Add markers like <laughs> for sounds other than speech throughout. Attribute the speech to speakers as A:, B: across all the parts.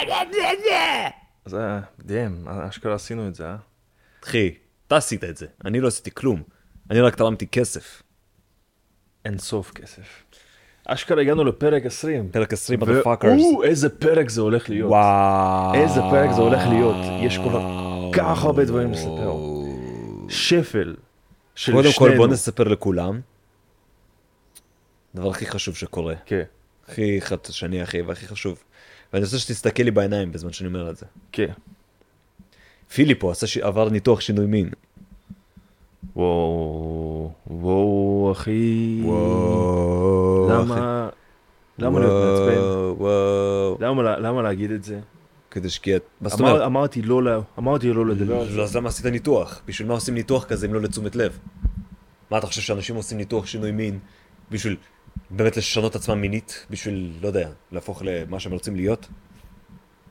A: נגד זה!
B: אז אה, דאם, אשכרה עשינו את זה, אה?
C: אחי, אתה עשית את זה, אני לא עשיתי כלום. אני רק תרמתי כסף.
B: אין סוף כסף. אשכרה הגענו לפרק 20.
C: פרק 20 מטרפאקרס.
B: ואו, איזה פרק זה הולך להיות.
C: וואו.
B: איזה פרק זה הולך להיות. יש כל כך הרבה דברים לספר. שפל של
C: קודם כל
B: שנינו.
C: בוא נספר לכולם. הדבר הכי חשוב שקורה.
B: כן,
C: הכי חדשני אחי והכי חשוב. ואני רוצה שתסתכל לי בעיניים בזמן שאני אומר את זה.
B: כן.
C: פיליפו עשה ש... עבר ניתוח שינוי מין.
B: וואו, וואו, אחי. למה, למה לא להתעצבן?
C: וואו, וואו.
B: למה, לה- למה להגיד את זה?
C: כדי שקיעת. מה זאת
B: אמר-
C: אומרת?
B: אמרתי לא, לה- אמרתי לא לדבר על זה.
C: אז למה עשית ניתוח? בשביל מה עושים ניתוח כזה אם לא לתשומת לב? מה אתה חושב שאנשים עושים ניתוח שינוי מין בשביל באמת לשנות עצמם מינית? בשביל, לא יודע, להפוך למה שהם רוצים להיות?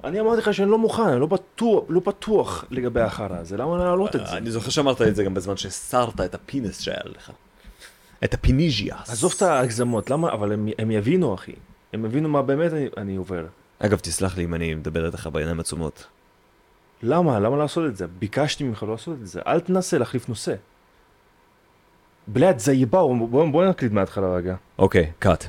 B: אני אמרתי לך שאני לא מוכן, אני לא בטוח, לא פתוח לגבי החרא הזה, למה להעלות את זה?
C: אני זוכר שאמרת את זה גם בזמן שהסרת את הפינס שהיה לך. את הפיניג'יאס.
B: עזוב את ההגזמות, למה? אבל הם, הם יבינו, אחי. הם יבינו מה באמת אני, אני עובר.
C: אגב, תסלח לי אם אני מדבר איתך בעיניים עצומות.
B: למה? למה לעשות את זה? ביקשתי ממך לא לעשות את זה. אל תנסה להחליף נושא. בלעד, זה ייבא, בוא, בוא נקליט מההתחלה רגע.
C: אוקיי, קאט.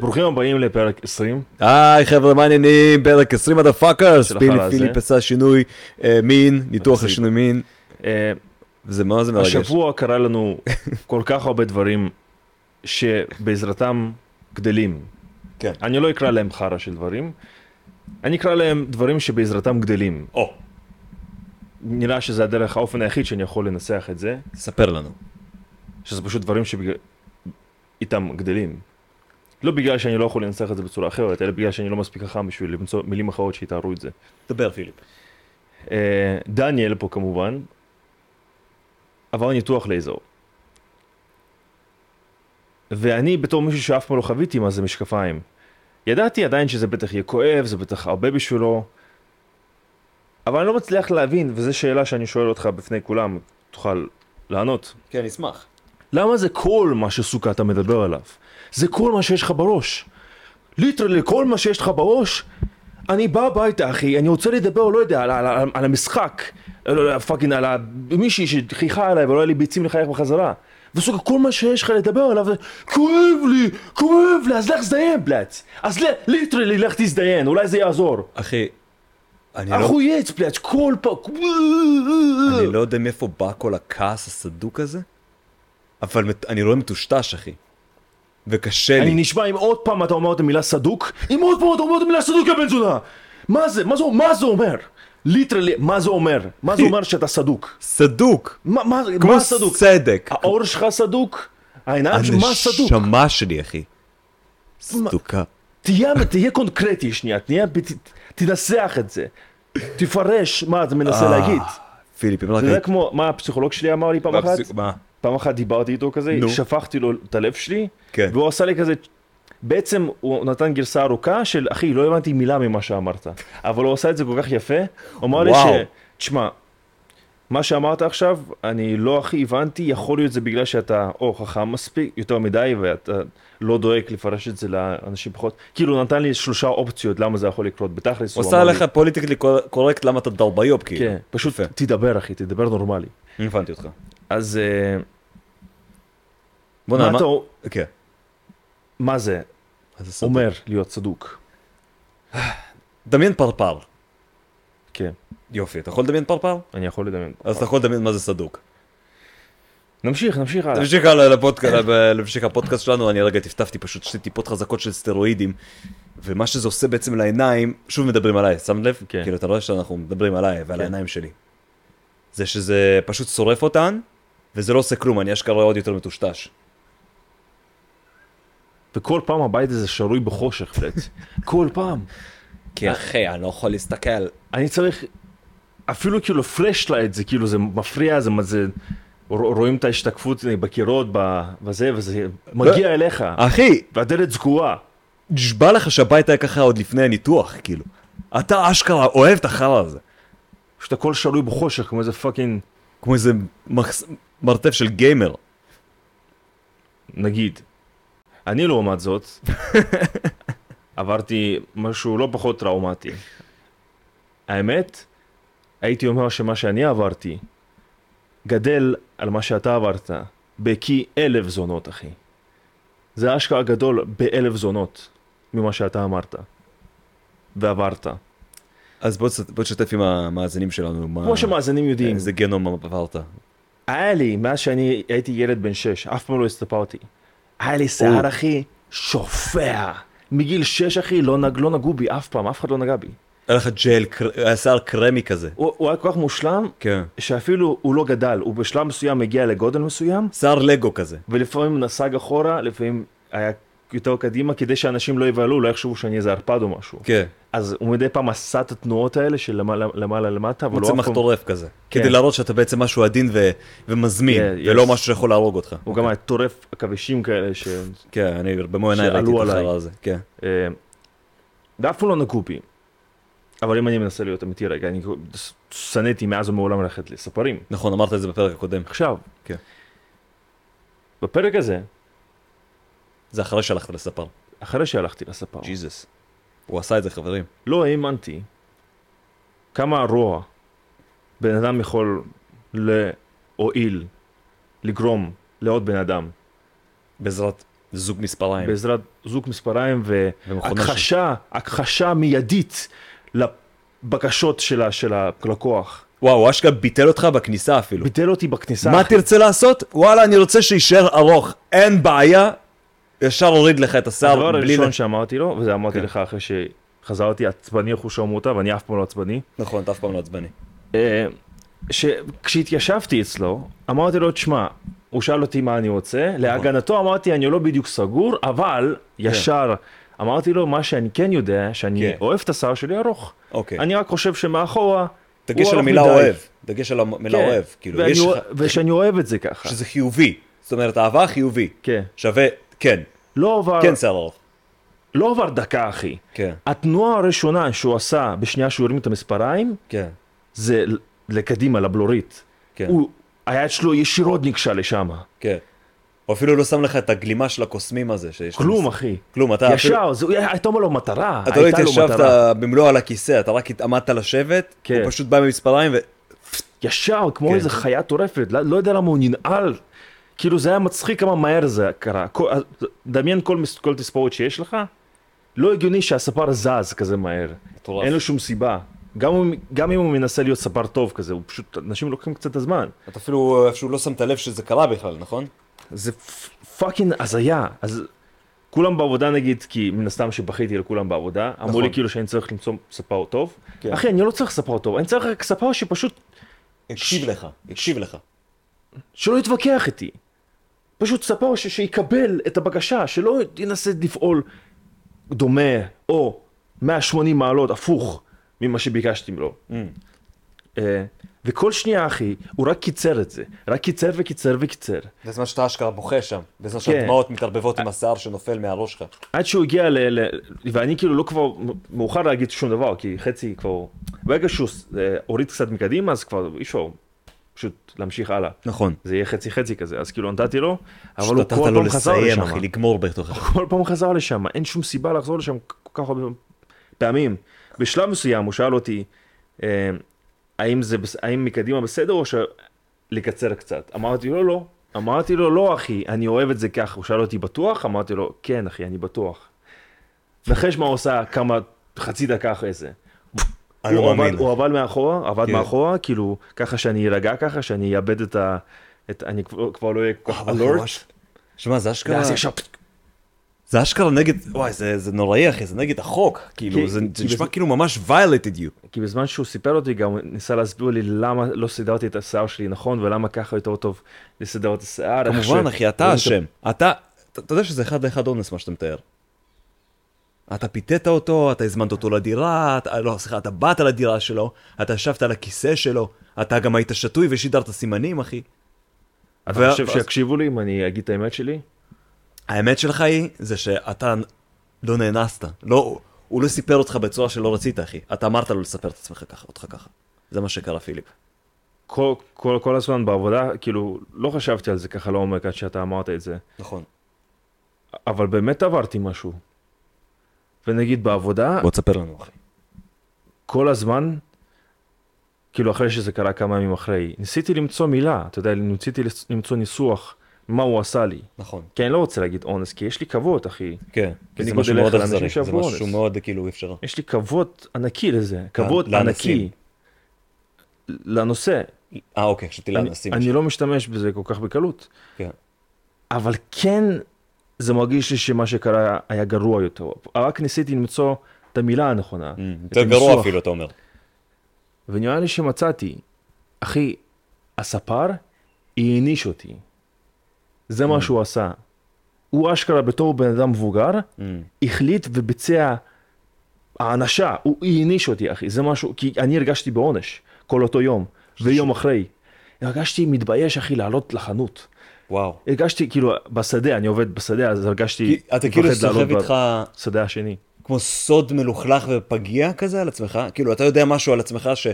B: ברוכים הבאים לפרק 20.
C: היי חבר'ה, מה העניינים? פרק 20 עד הפאקרס.
B: של
C: פיל
B: החרא הזה.
C: פיליפ עשה שינוי אה, מין, ניתוח
B: מצחיק.
C: לשינוי מין.
B: אה,
C: זה מאוד זה מרגש.
B: השבוע קרה לנו כל כך הרבה דברים שבעזרתם גדלים.
C: כן.
B: אני לא אקרא להם חרא של דברים, אני אקרא להם דברים שבעזרתם גדלים.
C: או,
B: נראה שזה הדרך, האופן היחיד שאני יכול לנסח את זה,
C: ספר לנו.
B: שזה פשוט דברים שאיתם גדלים. לא בגלל שאני לא יכול לנסח את זה בצורה אחרת, אלא בגלל שאני לא מספיק חכם בשביל למצוא מילים אחרות שיתארו את זה.
C: דבר פיליפ.
B: אה, דניאל פה כמובן, עבר ניתוח לייזר. ואני בתור מישהו שאף פעם לא חוויתי מה זה משקפיים. ידעתי עדיין שזה בטח יהיה כואב, זה בטח הרבה בשבילו, אבל אני לא מצליח להבין, וזו שאלה שאני שואל אותך בפני כולם, תוכל לענות.
C: כן, אשמח.
B: למה זה כל מה שסוכה אתה מדבר עליו? זה כל מה שיש לך בראש. ליטרלי כל מה שיש לך בראש, אני בא הביתה אחי, אני רוצה לדבר, לא יודע, על, על, על, על המשחק, לא, על- על הפאקינג, על מישהי שחיכה עליי ולא היה לי ביצים לחייך בחזרה. וסוכה כל מה שיש לך לדבר עליו, זה, כואב לי, כואב לי, אז לך תזדיין בלאץ. אז ל- ליטרלי לך תזדיין, אולי זה יעזור.
C: אחי, אני לא,
B: אחו יץ בלאץ, כל פעם.
C: אני לא יודע מאיפה בא כל הכעס הסדוק הזה, אבל מת- אני רואה מטושטש, אחי. וקשה
B: אני
C: לי.
B: נשבע אם עוד פעם אתה אומר את המילה סדוק, אם עוד פעם אתה אומר את המילה סדוק יא בן זונה! מה זה? מה זה, מה זה אומר? ליטרלי, מה זה אומר? מה זה אומר שאתה סדוק?
C: סדוק!
B: מה, מה,
C: כמו
B: מה סדוק?
C: סדק.
B: העור שלך סדוק? העיניים שלך, מה סדוק?
C: הנשמה שלי, אחי. סדוקה.
B: תהיה, תהיה קונקרטי שנייה, תהיה, ת, תנסח את זה. תפרש מה אתה מנסה להגיד.
C: אה, פיליפ, אם רק...
B: אתה יודע
C: היית-
B: כמו, מה הפסיכולוג שלי אמר לי פעם אחת?
C: מה?
B: פעם אחת דיברתי איתו כזה,
C: נו.
B: שפכתי לו את הלב שלי,
C: כן.
B: והוא עשה לי כזה, בעצם הוא נתן גרסה ארוכה של אחי, לא הבנתי מילה ממה שאמרת, אבל הוא עשה את זה כל כך יפה, הוא אמר לי ש...
C: וואו.
B: תשמע, מה שאמרת עכשיו, אני לא הכי הבנתי, יכול להיות זה בגלל שאתה או חכם מספיק, יותר מדי, ואתה לא דואג לפרש את זה לאנשים פחות, כאילו הוא נתן לי שלושה אופציות למה זה יכול לקרות, בתכלס הוא
C: עושה
B: אמר לי,
C: עליך פוליטיקלי קור- קורקט למה אתה דרביוב, כאילו.
B: כן, פשוט
C: יפה.
B: תדבר אחי, תדבר נורמלי.
C: הבנתי אותך.
B: אז אה,
C: בוא
B: מה
C: נעמה.
B: אתה,
C: כן.
B: מה זה
C: אז זה סדוק.
B: אומר להיות צדוק?
C: דמיין פרפר.
B: כן,
C: יופי, אתה יכול לדמיין פרפר?
B: אני יכול לדמיין.
C: אז אתה יכול לדמיין מה זה סדוק.
B: נמשיך, נמשיך הלאה.
C: תמשיך הלאה לפודקאסט, להמשיך הפודקאסט שלנו, אני רגע טפטפתי פשוט שתי טיפות חזקות של סטרואידים, ומה שזה עושה בעצם לעיניים, שוב מדברים עליי, שם לב?
B: כן.
C: כאילו, אתה רואה שאנחנו מדברים עליי ועל
B: כן.
C: העיניים שלי. זה שזה פשוט שורף אותן, וזה לא עושה כלום, אני אשכרה רואה עוד יותר מטושטש.
B: וכל פעם הבית הזה שרוי בחושך, פלט. <laughs> כל פעם.
C: כי אחי, אני לא יכול להסתכל.
B: אני צריך אפילו כאילו פלשלייט זה כאילו זה מפריע, זה מה זה... רוא- רואים את ההשתקפות בקירות, ב- בזה, וזה מגיע אליך,
C: אחי,
B: והדלת סגורה.
C: נשבע לך שהבית היה ככה עוד לפני הניתוח, כאילו. אתה אשכרה אוהב את החרא הזה.
B: פשוט הכל שרוי בחושך, כמו איזה פאקינג,
C: כמו איזה מחס- מרתף של גיימר.
B: נגיד. אני לעומת זאת, עברתי משהו לא פחות טראומטי. האמת, הייתי אומר שמה שאני עברתי גדל על מה שאתה עברת בכי אלף זונות, אחי. זה אשכרה גדול באלף זונות ממה שאתה אמרת ועברת.
C: אז בוא תס- בוא תשתף עם המאזינים שלנו. מה-
B: כמו שמאזינים יודעים,
C: אה, איזה גנום עברת.
B: היה לי, מאז שאני הייתי ילד בן שש, אף פעם לא הסתפרתי. היה לי שיער, אחי, שופע. מגיל שש, אחי, לא, נג, לא נגעו בי אף פעם, אף אחד לא נגע בי.
C: היה לך ג'ל, קר- היה שיער קרמי כזה.
B: הוא, הוא היה כל כך מושלם,
C: כן.
B: שאפילו הוא לא גדל, הוא בשלב מסוים הגיע לגודל מסוים,
C: שיער לגו כזה.
B: ולפעמים נסג אחורה, לפעמים היה יותר קדימה, כדי שאנשים לא יבהלו, לא יחשבו שאני איזה ערפד או משהו.
C: כן.
B: אז הוא מדי פעם עשה את התנועות האלה של למעלה למעלה למטה, אבל הוא לא
C: מוצא
B: אף פעם...
C: מחטורף כזה.
B: כן.
C: כדי להראות שאתה בעצם משהו עדין ו- ומזמין,
B: כן,
C: ולא
B: יש.
C: משהו שיכול להרוג אותך.
B: הוא גם היה טורף עכבישים כאלה ש...
C: כן, אני במו עיניי
B: שעלו
C: ראיתי את
B: עליי.
C: החרא הזה. כן.
B: אה, ואף פעם לא נגעו בי. אבל אם אני מנסה להיות אמיתי רגע, אני שנאתי מאז ומעולם ללכת לספרים.
C: נכון, אמרת את זה בפרק הקודם.
B: עכשיו,
C: כן.
B: בפרק הזה,
C: זה אחרי שהלכת לספר.
B: אחרי שהלכתי לספר,
C: ג'יזוס. הוא עשה את זה, חברים.
B: לא האמנתי כמה רוע בן אדם יכול להועיל, לגרום לעוד בן אדם,
C: בעזרת זוג מספריים.
B: בעזרת זוג מספריים
C: כן. ומכונה
B: והכחשה, הכחשה מיידית לבקשות שלה, של הלקוח.
C: וואו, הוא אשכרה ביטל אותך בכניסה אפילו.
B: ביטל אותי בכניסה.
C: לא. מה
B: אחי.
C: תרצה לעשות? וואלה, אני רוצה שיישאר ארוך. אין בעיה. ישר הוריד לך את השיער
B: הדבר
C: לא, בלי...
B: הראשון
C: ל-
B: שאמרתי לו, וזה אמרתי
C: כן.
B: לך אחרי שחזרתי עצבני אחוש המוטה, ואני אף פעם לא עצבני,
C: נכון, אתה אף פעם לא עצבני.
B: אה, שכשהתיישבתי אצלו, אמרתי לו, תשמע, הוא שאל אותי מה אני רוצה,
C: נכון.
B: להגנתו אמרתי, אני לא בדיוק סגור, אבל ישר אמרתי לו, מה שאני כן יודע, שאני
C: כן.
B: אוהב את השיער שלי ארוך.
C: אוקיי.
B: אני רק חושב שמאחורה,
C: דגש
B: הוא
C: על
B: ארוך
C: המילה
B: מדי.
C: אוהב. דגש על המילה
B: כן.
C: אוהב. כאילו,
B: ואני
C: יש
B: אוה-
C: לך...
B: ושאני אוהב את זה ככה.
C: שזה חיובי. זאת אומרת, אהבה חיובי.
B: כן.
C: שווה, כן,
B: לא עבר-
C: כן שיער ארוך.
B: לא עבר דקה, אחי.
C: כן,
B: התנועה הראשונה שהוא עשה בשנייה שהוא הרים את המספריים,
C: כן,
B: זה ל- לקדימה, לבלורית.
C: כן,
B: הוא, היד שלו ישירות נגשה לשם.
C: כן. הוא אפילו לא שם לך את הגלימה של הקוסמים הזה שיש לו.
B: כלום, אחי.
C: כלום, אתה אפילו...
B: ישר, זה- הייתה לו מטרה.
C: אתה לא
B: הייתה לו
C: התיישבת
B: מטרה.
C: במלוא על הכיסא, אתה רק עמדת לשבת,
B: כן.
C: הוא פשוט בא ממספריים ו...
B: ישר, כמו
C: כן.
B: איזה חיה טורפת, לא לא יודע למה הוא ננעל. כאילו זה היה מצחיק כמה מהר זה קרה. כל- דמיין כל מס- כל תספורת שיש לך, לא הגיוני שהספר זז כזה מהר.
C: מטורף.
B: אין לו שום סיבה. גם אם- גם אם הוא מנסה להיות ספר טוב כזה, הוא פשוט, אנשים לוקחים קצת את הזמן.
C: אתה אפילו איפשהו לא שמת לב שזה קרה בכלל, נכון?
B: זה פאקינג הזיה. אז כולם בעבודה נגיד, כי מן הסתם שבכיתי לכולם בעבודה, אמרו
C: נכון.
B: לי כאילו שאני צריך למצוא ספר טוב.
C: כן.
B: אחי, אני לא צריך ספר טוב, אני צריך רק ספר שפשוט,
C: הקשיב לך, הקשיב לך.
B: שלא יתווכח איתי. פשוט ספר ש- שיקבל את הבקשה, שלא ינסה לפעול דומה, או 180 מעלות, הפוך, ממה שביקשתי לו.
C: Mm.
B: אה, וכל שנייה, אחי, הוא רק קיצר את זה. רק קיצר וקיצר וקיצר.
C: בזמן שאתה אשכרה בוכה שם, בזמן
B: כן.
C: שהדמעות מתערבבות עם השיער שנופל מהראש שלך.
B: עד שהוא הגיע ל... ל... ואני כאילו לא כבר מאוחר להגיד שום דבר, כי חצי כבר... ברגע שהוא אה, הוריד קצת מקדימה, אז כבר אי אפשר פשוט להמשיך הלאה.
C: נכון.
B: זה יהיה חצי חצי כזה, אז כאילו נתתי לו, אבל הוא
C: פשוט
B: כל
C: נתת לו
B: פעם חזר
C: לא לסיים,
B: לשם.
C: אחי, לגמור בתוכך.
B: כל פעם חזר לשם, אין שום סיבה לחזור לשם כל כך הרבה פעמים. בשלב מסוים הוא שאל אותי, אה, האם, זה, בס- האם מקדימה בסדר או שלקצר קצת? אמרתי לו לא. אמרתי לו לא אחי, אני אוהב את זה ככה. הוא שאל אותי בטוח? אמרתי לו כן אחי, אני בטוח. נחש מה הוא עושה כמה, חצי דקה אחרי זה.
C: אני לא
B: הוא עבד,
C: מאמין.
B: הוא עבד מאחורה, עבד
C: כן.
B: מאחורה, כאילו, ככה שאני ארגע ככה, שאני אאבד את ה... את, אני כבר, כבר לא אהיה כל כך
C: וואו,
B: אלורט.
C: אה, ממש. שמע, זה אשכרה...
B: ואז ישר
C: זה אשכרה נגד, וואי, זה, זה נוראי אחי, זה נגד החוק, כאילו,
B: כי-
C: זה, זה
B: כי
C: נשמע
B: בז-
C: כאילו ממש violated you.
B: כי בזמן שהוא סיפר אותי גם הוא ניסה להסביר לי למה לא סידרתי את השיער שלי נכון ולמה ככה יותר טוב לסדר את השיער. איך
C: כמובן,
B: ש-
C: אחי, אתה אשם. אתה, אתה אתה יודע שזה אחד לאחד אונס מה שאתה מתאר. אתה פיתית אותו, אתה הזמנת אותו לדירה, אתה, לא, סליחה, אתה באת לדירה שלו, אתה ישבת על הכיסא שלו, אתה גם היית שתוי ושידרת סימנים, אחי.
B: אתה
C: וה-
B: חושב
C: ואז-
B: שיקשיבו לי אם אני אגיד את האמת שלי?
C: האמת שלך היא, זה שאתה לא נאנסת. לא, הוא לא סיפר אותך בצורה שלא רצית, אחי. אתה אמרת לו לספר את עצמך ככה, אותך ככה. זה מה שקרה, פיליפ.
B: כל, כל, כל הזמן בעבודה, כאילו, לא חשבתי על זה ככה לעומק עד שאתה אמרת את זה,
C: נכון.
B: אבל באמת עברתי משהו. ונגיד בעבודה,
C: בוא תספר לנו אחי.
B: כל הזמן, כאילו אחרי שזה קרה כמה ימים אחרי, ניסיתי למצוא מילה, אתה יודע, ניסיתי לס- למצוא ניסוח, מה הוא עשה לי.
C: נכון.
B: כי אני לא רוצה להגיד אונס, כי יש לי כבוד, אחי.
C: כן. כי זה
B: בניגוד
C: משהו
B: אליך,
C: מאוד
B: לאנשים
C: אכזרי, זה
B: שעברו
C: משהו
B: אונס.
C: שהוא מאוד כאילו אי אפשר.
B: יש לי כבוד ענקי לזה, כבוד
C: לאנסים.
B: ענקי. לנושא.
C: אה אוקיי, חשבתי
B: אני,
C: לאנסים.
B: אני לא משתמש בזה כל כך בקלות.
C: כן.
B: אבל כן, זה מרגיש לי שמה שקרה היה גרוע יותר. רק ניסיתי למצוא את המילה הנכונה.
C: Mm,
B: את
C: יותר גרוע
B: הניסוח.
C: אפילו, אתה אומר.
B: ונראה לי שמצאתי, אחי, הספר העניש אותי. זה מה שהוא עשה. הוא אשכרה בתור בן אדם מבוגר,
C: Mm,
B: החליט וביצע הענשה, הוא העניש אותי אחי, זה משהו, כי אני הרגשתי בעונש כל אותו יום, ויום אחרי. הרגשתי מתבייש אחי לעלות לחנות.
C: וואו.
B: הרגשתי כאילו בשדה, אני עובד בשדה, אז הרגשתי...
C: כי אתה כאילו
B: מפחד
C: סוחב
B: לעלות
C: איתך
B: בשדה השני.
C: כמו סוד מלוכלך ופגיע כזה על עצמך, כאילו אתה יודע משהו על עצמך ש...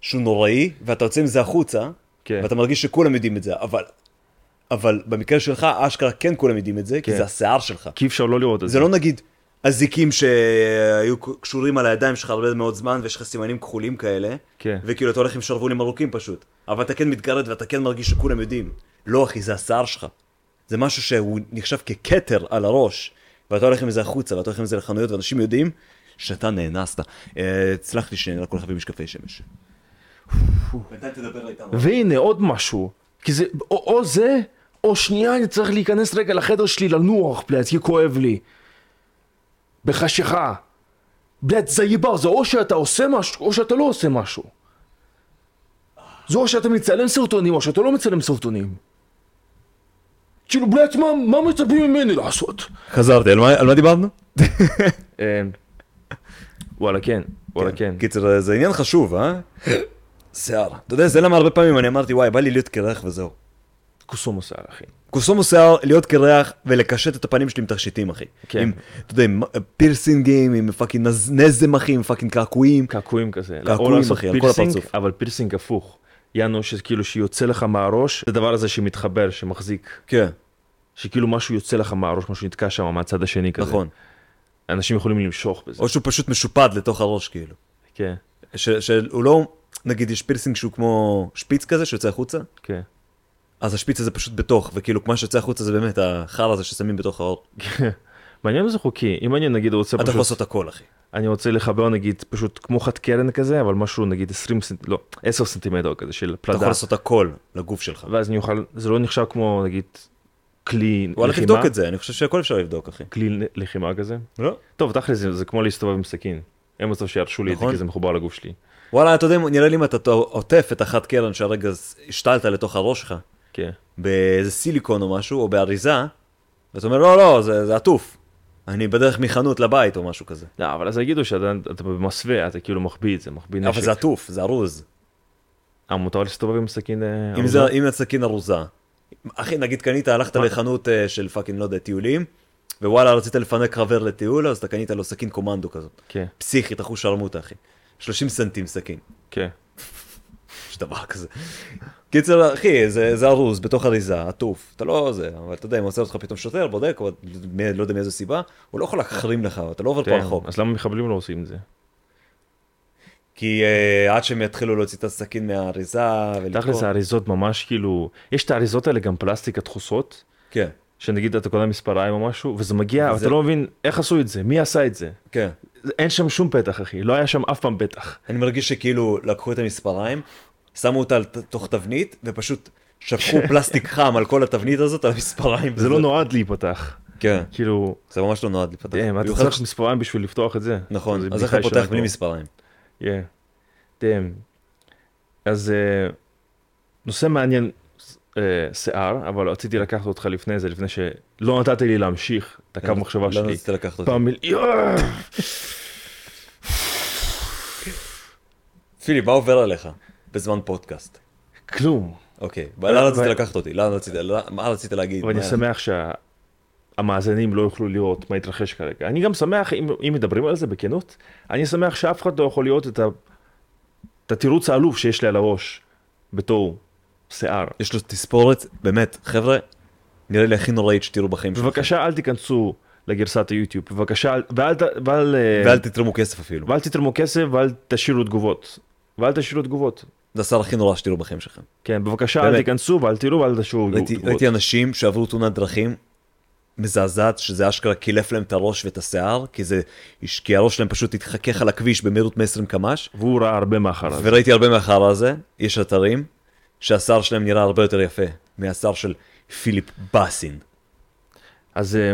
C: שהוא נוראי, ואתה יוצא עם זה החוצה,
B: כן.
C: ואתה מרגיש שכולם יודעים את זה, אבל, אבל במקרה שלך, אשכרה כן כולם יודעים את זה, כי
B: כן.
C: זה השיער שלך.
B: כי אי אפשר לא לראות את זה.
C: זה לא נגיד אזיקים שהיו קשורים על הידיים שלך הרבה מאוד זמן, ויש לך סימנים כחולים כאלה,
B: כן.
C: וכאילו אתה הולך עם שרוולים ארוכים פשוט, אבל אתה כן מתגרד ואתה כן מרגיש שכולם יודעים. לא אחי, זה השיער שלך. זה משהו שהוא נחשב ככתר על הראש, ואתה הולך עם זה החוצה, ואתה הולך עם זה לחנויות, ואנשים יודעים שאתה נאנסת. אה, הצלחתי שנראה כל חייבים משקפי שמש. בינתיים תדבר איתנו.
B: והנה עוד משהו, כי זה או, או זה, או שנייה אני צריך להיכנס רגע לחדר שלי לנוח, בלעד, כי כואב לי. בחשיכה. בלעד, זה יבר, זה או שאתה עושה משהו, או שאתה לא עושה משהו. זה או שאתה מצלם סרטונים, או שאתה לא מצלם סרטונים. כאילו, בלעד, מה, מה מצפים ממני לעשות?
C: חזרתי, על מה- על מה דיברנו?
B: אה, וואלה כן, וואלה כן.
C: קיצר, זה עניין חשוב, אה? שיער. אתה יודע, זה למה הרבה פעמים אני אמרתי, וואי, בא לי להיות קרח וזהו.
B: קוסומו שיער, אחי.
C: קוסומו שיער, להיות קרח ולקשט את הפנים שלי עם תכשיטים, אחי.
B: כן.
C: עם, אתה יודע, עם פירסינגים, עם פאקינג נז- נזם, אחי, עם פאקינג קעקועים.
B: קעקועים כזה. לא,
C: קעקועים,
B: או לעשות
C: אחי, על כל
B: פירסינג,
C: הפרצוף.
B: אבל פירסינג הפוך. יענו שכאילו שיוצא לך מהראש, זה דבר הזה שמתחבר, שמחזיק.
C: כן,
B: שכאילו משהו יוצא לך מהראש, משהו נתקע שם מהצד השני כזה.
C: נכון.
B: אנשים יכולים למשוך בזה.
C: או שהוא פשוט משופד לתוך הראש, כאילו.
B: כן,
C: ש- שהוא לא, נגיד, יש פירסינג שהוא כמו שפיץ כזה שיוצא החוצה,
B: כן.
C: אז השפיץ הזה פשוט בתוך, וכאילו, מה שיוצא החוצה זה באמת החרא הזה ששמים בתוך האור.
B: כן. מעניין אם זה חוקי. אם אני נגיד רוצה
C: אתה יכול
B: פשוט,
C: לעשות הכל, אחי.
B: אני רוצה לחבר נגיד פשוט כמו חד קרן כזה, אבל משהו נגיד 20 סנט, לא, 10 סנטימטר כזה של
C: אתה יכול
B: פלדה.
C: לעשות הכל לגוף שלך.
B: ואז אני אוכל, זה לא נחשב כמו נגיד כלי
C: וואלה,
B: לחימה,
C: תבדוק את זה, אני חושב שהכל אפשר לבדוק, אחי.
B: כלי לחימה כזה.
C: לא?
B: טוב, תכל'ס זה זה כמו להסתובב עם סכין. אין מצב שירשו לי את זה
C: נכון.
B: כי זה מחובר לגוף שלי.
C: וואלה, אתה יודע, נראה לי אם אתה עוטף את אחת קרן שהרגע השתלת לתוך הראש שלך,
B: כן.
C: באיזה סיליקון או משהו, או באריזה, ואתה אומר, לא, לא, זה זה עטוף. אני בדרך מחנות לבית או משהו כזה.
B: לא, אבל אז יגידו שאתה אתה במסווה, אתה כאילו מחביא את זה, מחביא נשק.
C: אבל זה עטוף, זה ארוז.
B: אה, מותר להסתובב עם סכין... אה,
C: אם
B: ארוזה?
C: זה- אם הסכין ארוזה. אחי, נגיד קנית, הלכת לחנות אה, של פאקינג, לא יודע, טיולים, ווואלה, רצית לפנק חבר לטיול, אז אתה קנית לו סכין קומנדו כזאת.
B: כן,
C: פסיכית, אחוש שרמוטה, אחי. 30 סנטים סכין.
B: כן.
C: יש דבר כזה. קיצר, אחי, זה, זה ארוז, בתוך אריזה, עטוף. אתה לא זה, אבל אתה יודע, אם עוצר אותך פתאום שוטר, בודק, או מ- לא יודע מאיזו סיבה, הוא לא יכול להחרים לך, אתה לא עובר פה על חוק.
B: כן, אז למה מחבלים לא עושים את זה?
C: כי אה, עד שהם יתחילו להוציא את הסכין מהאריזה ולקרוא.
B: תכל'ס אה- האריזות ממש כאילו... יש את האריזות האלה גם פלסטיק הדחוסות,
C: כן,
B: שנגיד אתה קונה מספריים או משהו, וזה מגיע,
C: וזה-
B: אתה לא מבין איך עשו את זה, מי עשה את זה.
C: כן.
B: זה- אין שם שום פתח, אחי, לא היה שם אף פעם פתח.
C: אני מרגיש שכאילו לקחו את המספריים, שמו אותה על ת- תוך תבנית, ופשוט
B: <laughs>
C: שפכו פלסטיק חם על כל התבנית הזאת, על המספריים.
B: זה לא
C: וזה-
B: נועד להיפתח.
C: כן,
B: כאילו,
C: זה ממש לא נועד לפתח.
B: דאם, כן, אתה
C: במיוחד
B: צריך
C: ש-
B: מספריים בשביל לפתוח את זה.
C: נכון,
B: זה
C: אז איך
B: בדיחה לא.
C: אתה פותח
B: ישנה
C: בלי
B: כבר.
C: מספריים?
B: כן. דאם. אז אה, נושא מעניין אה, שיער, אבל רציתי לקחת אותך לפני זה, לפני שלא נתת לי להמשיך את הקו מחשבה
C: לא
B: שלי.
C: רצית לקחת אותי.
B: פעם מיל... יואו!
C: פילי, מה עובר עליך בזמן פודקאסט?
B: כלום.
C: אוקיי, לאן רצית
B: ו-
C: לקחת אותי? לאן רצית? לא- מה רצית להגיד?
B: ואני
C: מה-
B: שמח שהמאזינים לא יוכלו לראות מה התרחש כרגע. אני גם שמח, אם, אם מדברים על זה בכנות, אני שמח שאף אחד לא יכול לראות את, ה... את התירוץ העלוב שיש לי על הראש בתור שיער.
C: יש לו תספורת, באמת, חבר'ה, נראה לי הכי נוראית שתראו בחיים שלכם.
B: בבקשה אל תיכנסו לגרסת היוטיוב. בבקשה, אל- ואל, ת- ואל, אה,
C: ואל תתרמו כסף אפילו.
B: ואל תתרמו כסף ואל תשאירו תגובות. ואל תשאירו תגובות.
C: זה השר הכי נורא שתראו בחיים שלכם.
B: כן, בבקשה, אל
C: באמת.
B: תיכנסו ואל תראו ואל תשאירו
C: ראיתי-
B: תגובות.
C: ראיתי אנשים שעברו תאונת דרכים מזעזעת, שזה אשכרה קילף להם את הראש ואת השיער, כי זה, כי הראש שלהם פשוט התחכך על הכביש במהירות 120 קמ"ש,
B: והוא ראה הרבה מאחריו.
C: וראיתי הרבה מהחרא הזה, יש אתרים, שהשיער שלהם נראה הרבה יותר יפה מהשיער של פיליפ בסין.
B: אז אה,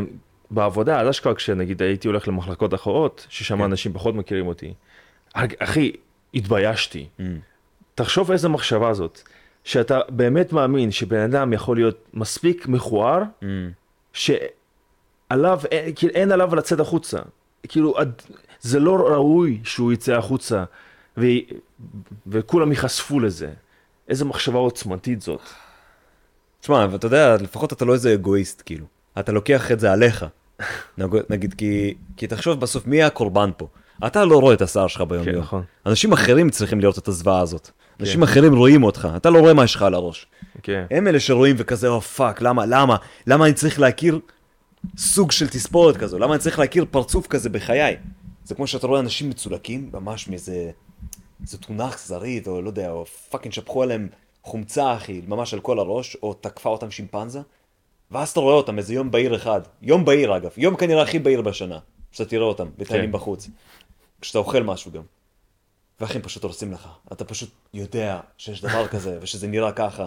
B: בעבודה, אז אשכרה כשנגיד הייתי הולך למחלקות אחרות, ששם אנשים פחות מכירים אותי, אח- אחי, התביישתי. תחשוב איזה מחשבה זאת, שאתה באמת מאמין שבן אדם יכול להיות מספיק מכוער, שעליו, אין, כאילו, אין עליו לצאת החוצה. כאילו, עד- זה לא ראוי שהוא יצא החוצה, ו, וכולם ייחשפו לזה. איזה מחשבה עוצמתית זאת.
C: תשמע, ואתה יודע, לפחות אתה לא איזה אגואיסט, כאילו. אתה לוקח את זה עליך. נג- נגיד, כי, כי תחשוב בסוף מי הקורבן פה. אתה לא רואה את השיער שלך ביום יום.
B: כן, נכון.
C: אנשים אחרים צריכים לראות את הזוועה הזאת. אנשים אחרים רואים אותך, אתה לא רואה מה יש לך על הראש.
B: כן.
C: הם אלה שרואים וכזה, או פאק, למה, למה, למה אני צריך להכיר סוג של תספורת כזו? למה אני צריך להכיר פרצוף כזה בחיי? זה כמו שאתה רואה אנשים מצולקים, ממש מאיזה... איזה תמונה אכזרית, או לא יודע, או פאקינג שפכו עליהם חומצה, אחי, ממש על כל הראש, או תקפה אותם שימפנזה, ואז אתה רואה אותם איזה יום בהיר אחד. יום בהיר, אגב. יום כנראה הכי בהיר בשנה, שאתה תראה אותם,
B: כן.
C: בטעמים בחוץ. כשאתה אוכל משהו גם. ואחים פשוט הורסים לך. אתה פשוט יודע שיש דבר כזה, <laughs> ושזה נראה ככה.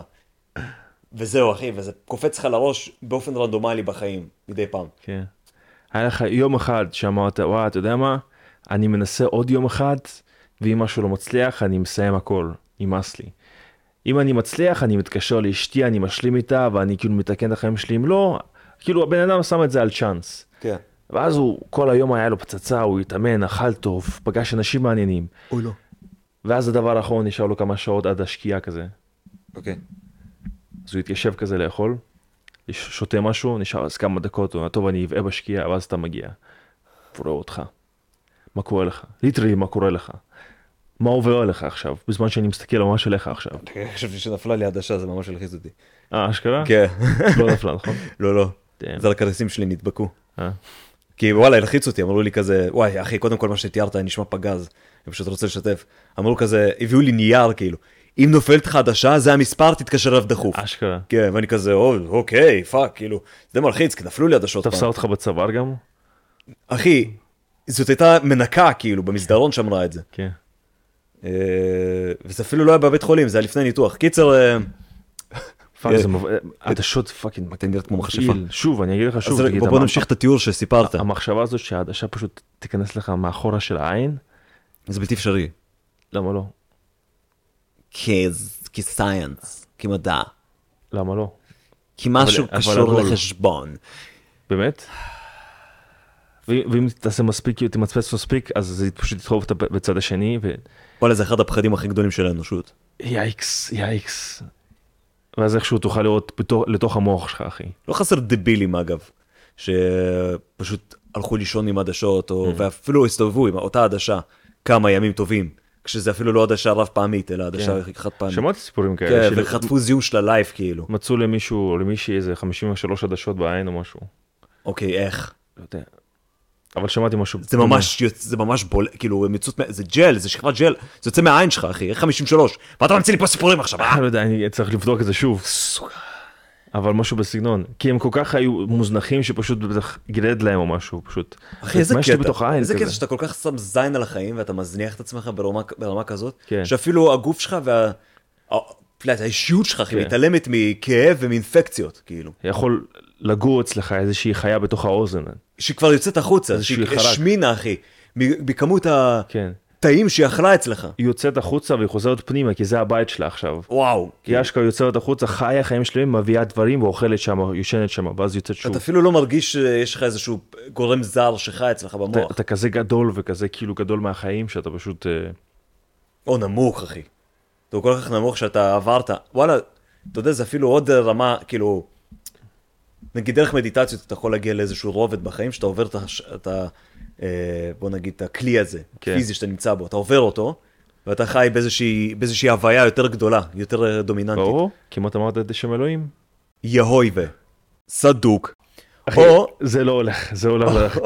C: וזהו, אחי, וזה קופץ לך לראש באופן רנדומלי בחיים, מדי פעם.
B: כן. היה לך יום אחד שאמרת, וואה, אתה יודע מה? אני מנסה עוד יום אחד, ואם משהו לא מצליח, אני מסיים הכל, נמאס לי. אם אני מצליח, אני מתקשר לאשתי, אני משלים איתה, ואני כאילו מתקן את החיים שלי, אם לא, כאילו הבן אדם שם את זה על צ'אנס.
C: כן.
B: ואז הוא, כל היום היה לו פצצה, הוא התאמן, אכל טוב, פגש אנשים מעניינים.
C: אוי, לא.
B: ואז הדבר האחרון, נשאר לו כמה שעות עד השקיעה כזה.
C: אוקיי.
B: אז הוא התיישב כזה לאכול, יש- שותה משהו, נשאר אז כמה דקות, הוא אומר, טוב, אני אבעה בשקיעה, ואז אתה מגיע. הוא רואה אותך. מה קורה לך? ליטרלי, מה קורה לך? מה עובר עליך עכשיו? בזמן שאני מסתכל ממש עליך עכשיו.
C: <laughs> חשבתי שנפלה לי עדשה, זה ממש הלחיץ אותי.
B: אה, אשכרה?
C: כן.
B: לא נפלה,
C: <laughs>
B: נכון?
C: לא, לא.
B: Damn.
C: זה הכרטיסים שלי נדבקו.
B: כן. אה.
C: כי וואלה, הלחיץ אותי, אמרו לי כזה, וואי, אחי, קודם כל מה שתיארת נשמע פגז, אני פשוט רוצה לשתף. אמרו כזה, הביאו לי נייר, כאילו, אם נופלת לך עדשה, זה המספר, תתקשר אליו דחוף.
B: אשכרה.
C: כן, ואני כזה, "או, אוקיי, פאק, כאילו, זה מלחיץ, כי נפלו לי עדשות
B: תפסה
C: פעם.
B: אותך בצוואר גם?
C: אחי, זאת הייתה מנקה, כאילו, במסדרון שאמרה את זה.
B: כן.
C: אה, וזה אפילו לא היה בבית חולים, זה היה לפני ניתוח. קיצר, אה,
B: פאק,
C: אה,
B: זה מב... אתה שוט פאקינג
C: אתה נראית כמו מכשפה.
B: מגעיל. שוב, אני אגיד לך
C: אז
B: שוב, תגיד, אה, אמ-
C: בוא-
B: המ-
C: בוא נמשיך את התיאור שסיפרת,
B: המחשבה הזאת שהעדשה פשוט תיכנס לך מאחורה של העין?
C: זה בלתי אפשרי.
B: למה לא?
C: כסייאנס, כמדע,
B: למה לא?
A: כי משהו
B: אבל
A: קשור
B: אבל-
A: לחשבון.
B: באמת? ו- ואם תעשה מספיק, תמצפץ מספיק, אז זה פשוט ידחוף אותה ב- בצד השני, ו...
C: וואלה, זה אחד הפחדים הכי גדולים של האנושות.
B: יאיקס, יאיקס. ואז איכשהו תוכל לראות בתוך, לתוך המוח שלך, אחי.
C: לא חסר דבילים אגב, שפשוט הלכו לישון עם עדשות, או...
A: Mm-hmm.
C: ואפילו הסתובבו עם אותה עדשה כמה ימים טובים, כשזה אפילו לא עדשה רב פעמית, אלא
A: כן.
C: עדשה חד פעמית.
B: שמעתי סיפורים כאלה,
C: כן,
B: של-
C: וחטפו זיהום של הלייב כאילו.
B: מצאו למישהו, או למישהי איזה 53 עדשות בעין או משהו.
C: אוקיי, איך?
B: לא יודע. אבל שמעתי משהו.
C: זה ממש, יוצ- זה ממש בולט, כאילו, הם יוצאות, מה- זה ג'ל, זה שכבת ג'ל, זה יוצא מהעין שלך, אחי, איך 53? ואתה ממציא לי פה סיפורים עכשיו, אה?
B: אני לא יודע, אני צריך לבדוק את זה שוב. אבל משהו בסגנון. כי הם כל כך היו מוזנחים שפשוט בטח גילד להם או משהו, פשוט.
C: אחי, איזה
B: מה יש לי בתוך
C: קטע,
B: העין
C: איזה קטע
B: כזה?
C: שאתה כל כך שם זין על החיים ואתה מזניח את עצמך ברמה, ברמה כזאת,
B: כן.
C: שאפילו הגוף שלך וה... ה- אתה יודע, האישיות שלך אחי,
B: כן.
C: מתעלמת מכאב ומאינפקציות, כאילו,
B: יכול לגור אצלך איזושהי חיה בתוך האוזן.
C: שכבר יוצאת החוצה,
B: איזשהו
C: שהיא
B: חלק.
C: השמינה אחי, מ- מכמות
B: כן.
C: התאים שהיא אכלה אצלך,
B: היא יוצאת החוצה והיא חוזרת פנימה, כי זה הבית שלה עכשיו.
C: וואו,
B: כי אשכרה יוצאת החוצה, חיה חיים שלמים, מביאה דברים ואוכלת שם, יושנת שם, ואז יוצאת שוב.
C: אתה אפילו לא מרגיש שיש לך איזשהו גורם זר שחי אצלך
B: אתה,
C: במוח,
B: אתה כזה גדול וכזה כאילו גדול מהחיים, שאתה פשוט...
C: אוקיי.
B: אה,
C: או נמוך אחי, אתה כל כך נמוך שאתה עברת, וואלה, אתה יודע זה אפילו עוד רמה, כאילו, נגיד דרך מדיטציות אתה יכול להגיע לאיזשהו רובד בחיים שאתה עובר את ה... את ה אה, בוא נגיד את הכלי הזה,
B: כן.
C: כן. פיזי שאתה נמצא בו, אתה עובר אותו, ואתה חי באיזושהי, באיזושהי הוויה יותר גדולה, יותר אה, דומיננטית.
B: ברור, כמעט אמרת את זה שם אלוהים.
C: יהויבה, סדוק,
B: אחי,
C: או-
B: זה לא הולך, זה הולך ללכת.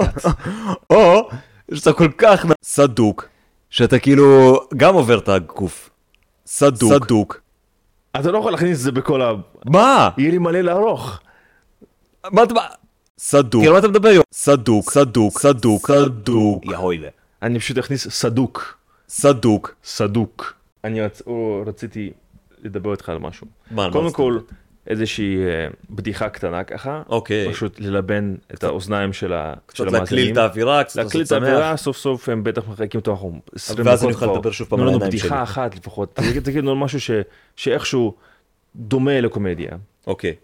C: או שאתה כל כך נ- סדוק, שאתה כאילו גם עובר את הגוף. סדוק. סדוק.
B: אתה לא יכול להכניס את זה בכל ה...
C: מה?
B: יהיה לי מלא לערוך.
C: מה אתה... סדוק. כאילו מה אתה מדבר? יו? סדוק. סדוק. סדוק. סדוק. יאוילה.
B: אני פשוט אכניס סדוק.
C: סדוק.
B: סדוק. אני רצ... או, רציתי לדבר איתך על משהו.
C: מה, על מה
B: קודם
C: רצית
B: כל, איזושהי אה, בדיחה קטנה ככה.
C: אוקיי.
B: פשוט ללבן את האוזניים של ה- של
C: קצת
B: המאזינים.
C: להקליל את האווירה, קצת
B: להקליל את
C: לעשות
B: האווירה,
C: שמח.
B: סוף סוף הם בטח מחכים אותו, אנחנו 20
C: ואז אני
B: דקות
C: אוכל
B: כבר.
C: לדבר שוב פעם
B: תנו
C: על
B: לנו
C: העיניים
B: בדיחה
C: שלי.
B: אחת לפחות, <laughs> תגיד- תגידו משהו ש- שאיכשהו דומה לקומדיה.
C: אוקיי.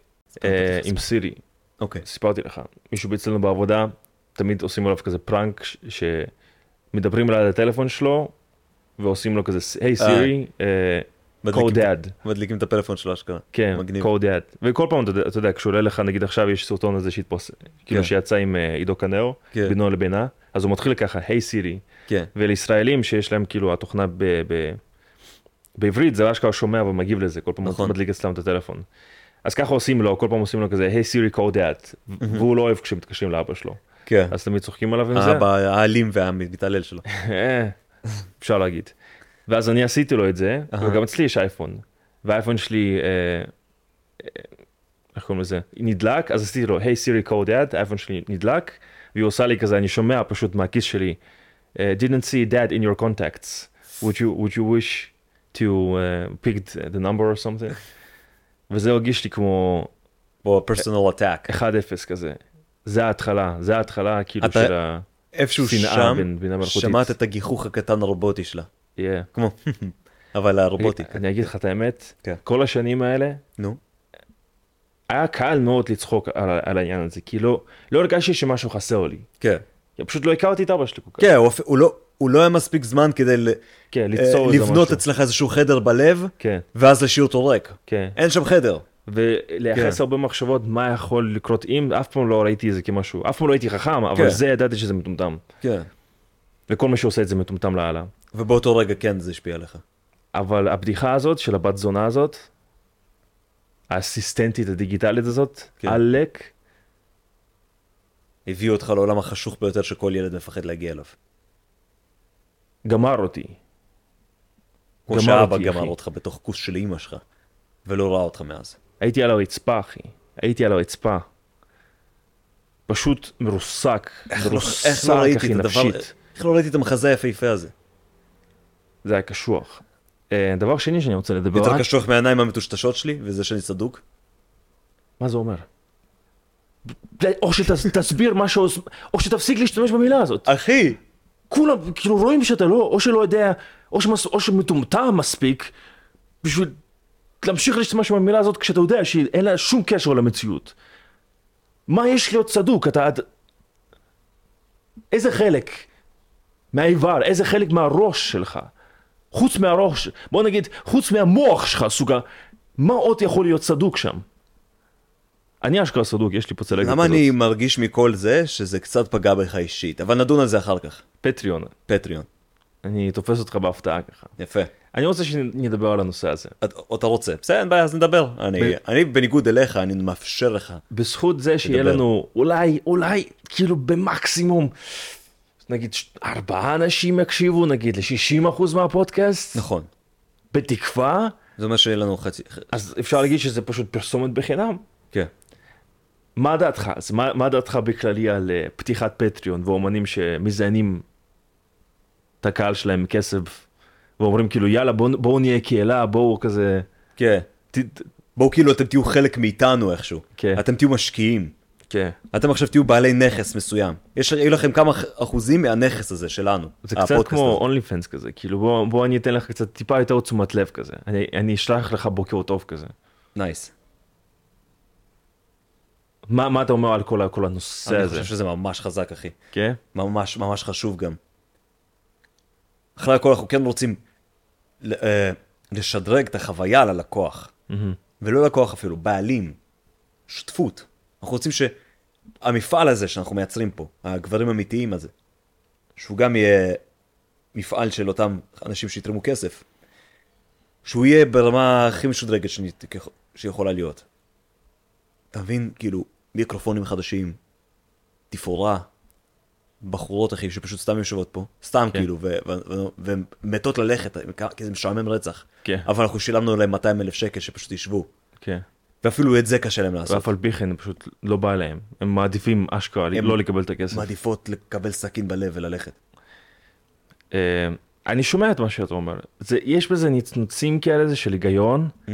B: אה, עם סירי,
C: אוקיי.
B: סיפרתי לך, מישהו אצלנו בעבודה, תמיד עושים עליו כזה פראנק, ש- שמדברים עליו על הטלפון שלו, ועושים לו כזה, היי
C: אה,
B: סירי,
C: מדליקים-
B: קודד.
C: מדליקים את הפלאפון שלו אשכרה.
B: אה, כן,
C: מגניב.
B: קודד. וכל פעם, אתה יודע- אתה יודע, כשעולה לך, נגיד עכשיו יש סרטון הזה שהתפוס, כאילו
C: כן.
B: שיצא עם אה, עידו קנאו,
C: כן.
B: בינו לבינה, אז הוא מתחיל ככה, היי סירי,
C: כן.
B: ולישראלים שיש להם כאילו התוכנה ב- ב- בעברית זה אשכרה שומע ומגיב לזה כל פעם
C: נכון.
B: נכון. מדליק אצלם את הטלפון. אז ככה עושים לו כל פעם עושים לו כזה היי סירי קוד דאט והוא לא אוהב כשמתקשרים לאבא שלו
C: כן.
B: אז תמיד צוחקים עליו עם זה
C: האבא האלים והמתעלל שלו.
B: אה, אפשר להגיד. ואז אני עשיתי לו את זה
C: אהה.
B: וגם אצלי יש אייפון והאייפון שלי. אה, אה, איך קוראים לזה? נדלק, אז עשיתי לו, היי סירי קוד דאט, האייפון שלי נדלק, והיא עושה לי כזה, אני שומע פשוט מהכיס שלי, uh, didn't see dad in your contacts, would you, would you wish to uh, pick the number or something? וזה הרגיש לי כמו
C: או פרסונל אטאק.
B: 1-0 כזה. זה ההתחלה, זה ההתחלה כאילו
C: אתה-
B: של ה...
C: איפשהו
B: שנאה
C: שם,
B: בין- בינה מלאכותית.
C: שמעת את הגיחוך הקטן הרובוטי שלה.
B: Yeah.
C: כמו, <laughs> אבל הרובוטי.
B: אני אגיד לך את האמת,
C: כן.
B: כל השנים האלה,
C: נו.
B: היה קל מאוד לצחוק על, על העניין הזה, כי לא, לא הרגשתי שמשהו חסר לי.
C: כן.
B: פשוט לא הכרתי את אבא שלי כל כך.
C: כן, הוא אפ- הוא לא- הוא לא היה מספיק זמן כדי ל-
B: כן,
C: אה,
B: ליצור איזה
C: לבנות
B: משהו.
C: אצלך איזשהו חדר בלב,
B: כן,
C: ואז להשאיר אותו ריק.
B: כן.
C: אין שם חדר.
B: ולייחס
C: כן.
B: הרבה מחשבות מה יכול לקרות אם, אף פעם לא ראיתי את זה כמשהו, אף פעם לא הייתי חכם, אבל
C: כן.
B: זה ידעתי שזה מטומטם.
C: כן.
B: וכל מי שעושה את זה מטומטם לאללה.
C: ובאותו רגע כן זה השפיע עליך.
B: אבל הבדיחה הזאת של הבת זונה הזאת, האסיסטנטית הדיגיטלית הזאת,
C: כן.
B: עלק,
C: הביאו אותך לעולם החשוך ביותר שכל ילד מפחד להגיע אליו.
B: גמר אותי.
C: כמו
B: גמר
C: שאבא
B: אותי,
C: גמר
B: אחי.
C: אותך בתוך כוס של אימא שלך, ולא ראה אותך מאז.
B: הייתי על הרצפה, אחי. הייתי על הרצפה. פשוט מרוסק,
C: איך לא-
B: מרוסק,
C: איך לא ראיתי
B: אחי,
C: את הדבר,
B: נפשית.
C: איך לא ראיתי את המחזה היפהפה הזה?
B: זה היה קשוח. אה, דבר שני שאני רוצה לדבר,
C: יותר
B: רק-
C: קשוח מהעיניים המטושטשות שלי, וזה שאני סדוק?
B: מה זה אומר? או שתסביר מה שעוש... או שתפסיק להשתמש במילה הזאת.
C: אחי!
B: כולם כאילו רואים שאתה לא, או שלא יודע, או, שמס... או שמטומטם מספיק בשביל להמשיך להשתמש במילה הזאת כשאתה יודע שאין לה שום קשר למציאות. מה יש להיות צדוק? אתה... אתה- איזה חלק מהאיבר, איזה חלק מהראש שלך, חוץ מהראש, בוא נגיד, חוץ מהמוח שלך, סוגה, מה עוד יכול להיות צדוק שם? אני אשכרה סדוק, יש לי פה צלגת
C: למה אני מרגיש מכל זה שזה קצת פגע בך אישית? אבל נדון על זה אחר כך.
B: פטריון,
C: פטריון.
B: אני תופס אותך בהפתעה ככה.
C: יפה.
B: אני רוצה שנדבר על הנושא הזה.
C: את- אתה רוצה. בסדר, אין בעיה, אז נדבר. אני- אני בניגוד אליך, אני מאפשר לך.
B: בזכות זה שיהיה
C: לדבר.
B: לנו אולי, אולי, כאילו במקסימום, נגיד ש- ארבעה אנשים יקשיבו, נגיד ל-60% מהפודקאסט,
C: נכון.
B: בתקווה,
C: זה אומר שיהיה לנו חצי... ח-
B: אז אפשר להגיד שזה פשוט פרסומת בחינם.
C: כן.
B: מה דעתך? אז מה, מה דעתך בכללי על אה, פתיחת פטריון ואומנים שמזיינים את הקהל שלהם כסף, ואומרים כאילו יאללה בואו בוא נהיה קהילה, בואו כזה,
C: כן.
B: ת, ת,
C: בואו כאילו אתם תהיו חלק מאיתנו איכשהו.
B: כן.
C: אתם תהיו משקיעים.
B: כן.
C: אתם עכשיו תהיו בעלי נכס מסוים. יש יהיו לכם כמה אחוזים מהנכס הזה שלנו.
B: זה קצת
C: הפודקאסט
B: כמו
C: הזה.
B: אונלי פנס כזה, כאילו בוא, בוא אני אתן לך קצת טיפה יותר תשומת לב כזה, אני, אני אשלח לך בוקר טוב כזה.
C: נייס.
B: מה, מה אתה אומר על כל, ה- כל הנושא
C: אני
B: הזה?
C: חושב שזה ממש חזק, אחי.
B: כן?
C: ממש ממש חשוב גם. אחרי הכל אנחנו כן רוצים ל- אה, לשדרג את החוויה ללקוח, ולא לקוח אפילו, בעלים, שותפות. אנחנו רוצים שהמפעל הזה שאנחנו מייצרים פה, הגברים האמיתיים הזה, שהוא גם יהיה מפעל של אותם אנשים שיתרמו כסף, שהוא יהיה ברמה הכי משודרגת שנית- ככ- שיכולה להיות. אתה מבין? כאילו, מיקרופונים חדשים, תפאורה, בחורות אחי שפשוט סתם יושבות פה, סתם
B: כן.
C: כאילו, ו- ו- ו- והן מתות ללכת, כי זה משעמם רצח.
B: כן.
C: אבל אנחנו שילמנו להם 200 אלף שקל שפשוט ישבו,
B: כן.
C: ואפילו את זה קשה להם לעשות.
B: ואף על פי כן פשוט לא בא להם, הם מעדיפים אשכרה לא לקבל את הכסף.
C: מעדיפות לקבל סכין בלב וללכת.
B: אה, אני שומע את מה שאתה אומר, זה, יש בזה נצנוצים כאלה זה של היגיון,
C: Mm.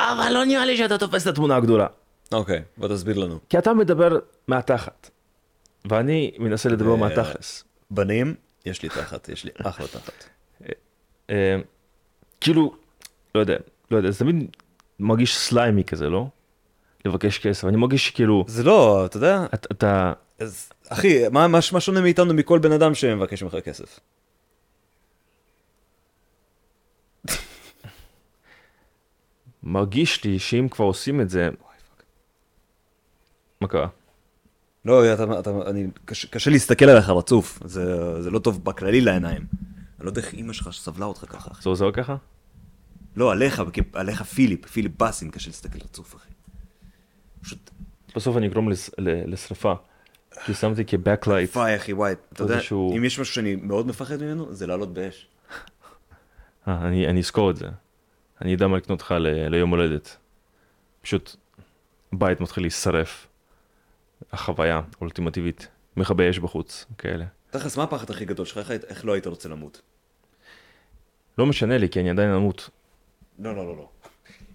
B: אבל לא נראה לי שאתה תופס את התמונה הגדולה,
C: אוקיי, בוא תסביר לנו.
B: כי אתה מדבר מהתחת, ואני מנסה לדבר
C: אה,
B: מהתכלס.
C: בנים, יש לי תחת, יש לי אחלה תחת.
B: אה, כאילו, לא יודע, לא יודע, זה תמיד מרגיש סליימי כזה, לא? לבקש כסף, אני מרגיש שכאילו,
C: זה לא, אתה יודע,
B: אתה- אתה,
C: אז, אחי, מה, מה, מה שונה מאיתנו מכל בן אדם שמבקש ממך כסף?
B: מרגיש לי שאם כבר עושים את זה, מה קרה?
C: לא, אתה, אתה, אני, קשה, קשה להסתכל עליך רצוף, זה, זה לא טוב בכללי לעיניים. אני לא יודע איך אימא שלך סבלה אותך ככה, אחי.
B: זה עוזר ככה?
C: לא, עליך, כי- עליך פיליפ, פיליפ באסין, קשה להסתכל רצוף, אחי. פשוט,
B: בסוף אני אגרום לס- ל- לשרפה, כי שמתי כבקלייט.
C: פאי, אחי, וואי, אתה יודע,
B: איזשהו-
C: אם יש משהו שאני מאוד מפחד ממנו, זה לעלות באש.
B: אה, אני, אני אזכור את זה. אני אדע מה לקנות לך ל, ליום הולדת. פשוט בית מתחיל להישרף. החוויה האולטימטיבית. מכבי אש בחוץ, כאלה.
C: תכלס, מה הפחד הכי גדול שלך? איך היית- איך לא היית רוצה למות?
B: לא משנה לי, כי אני עדיין אמות.
C: לא, לא, לא, לא.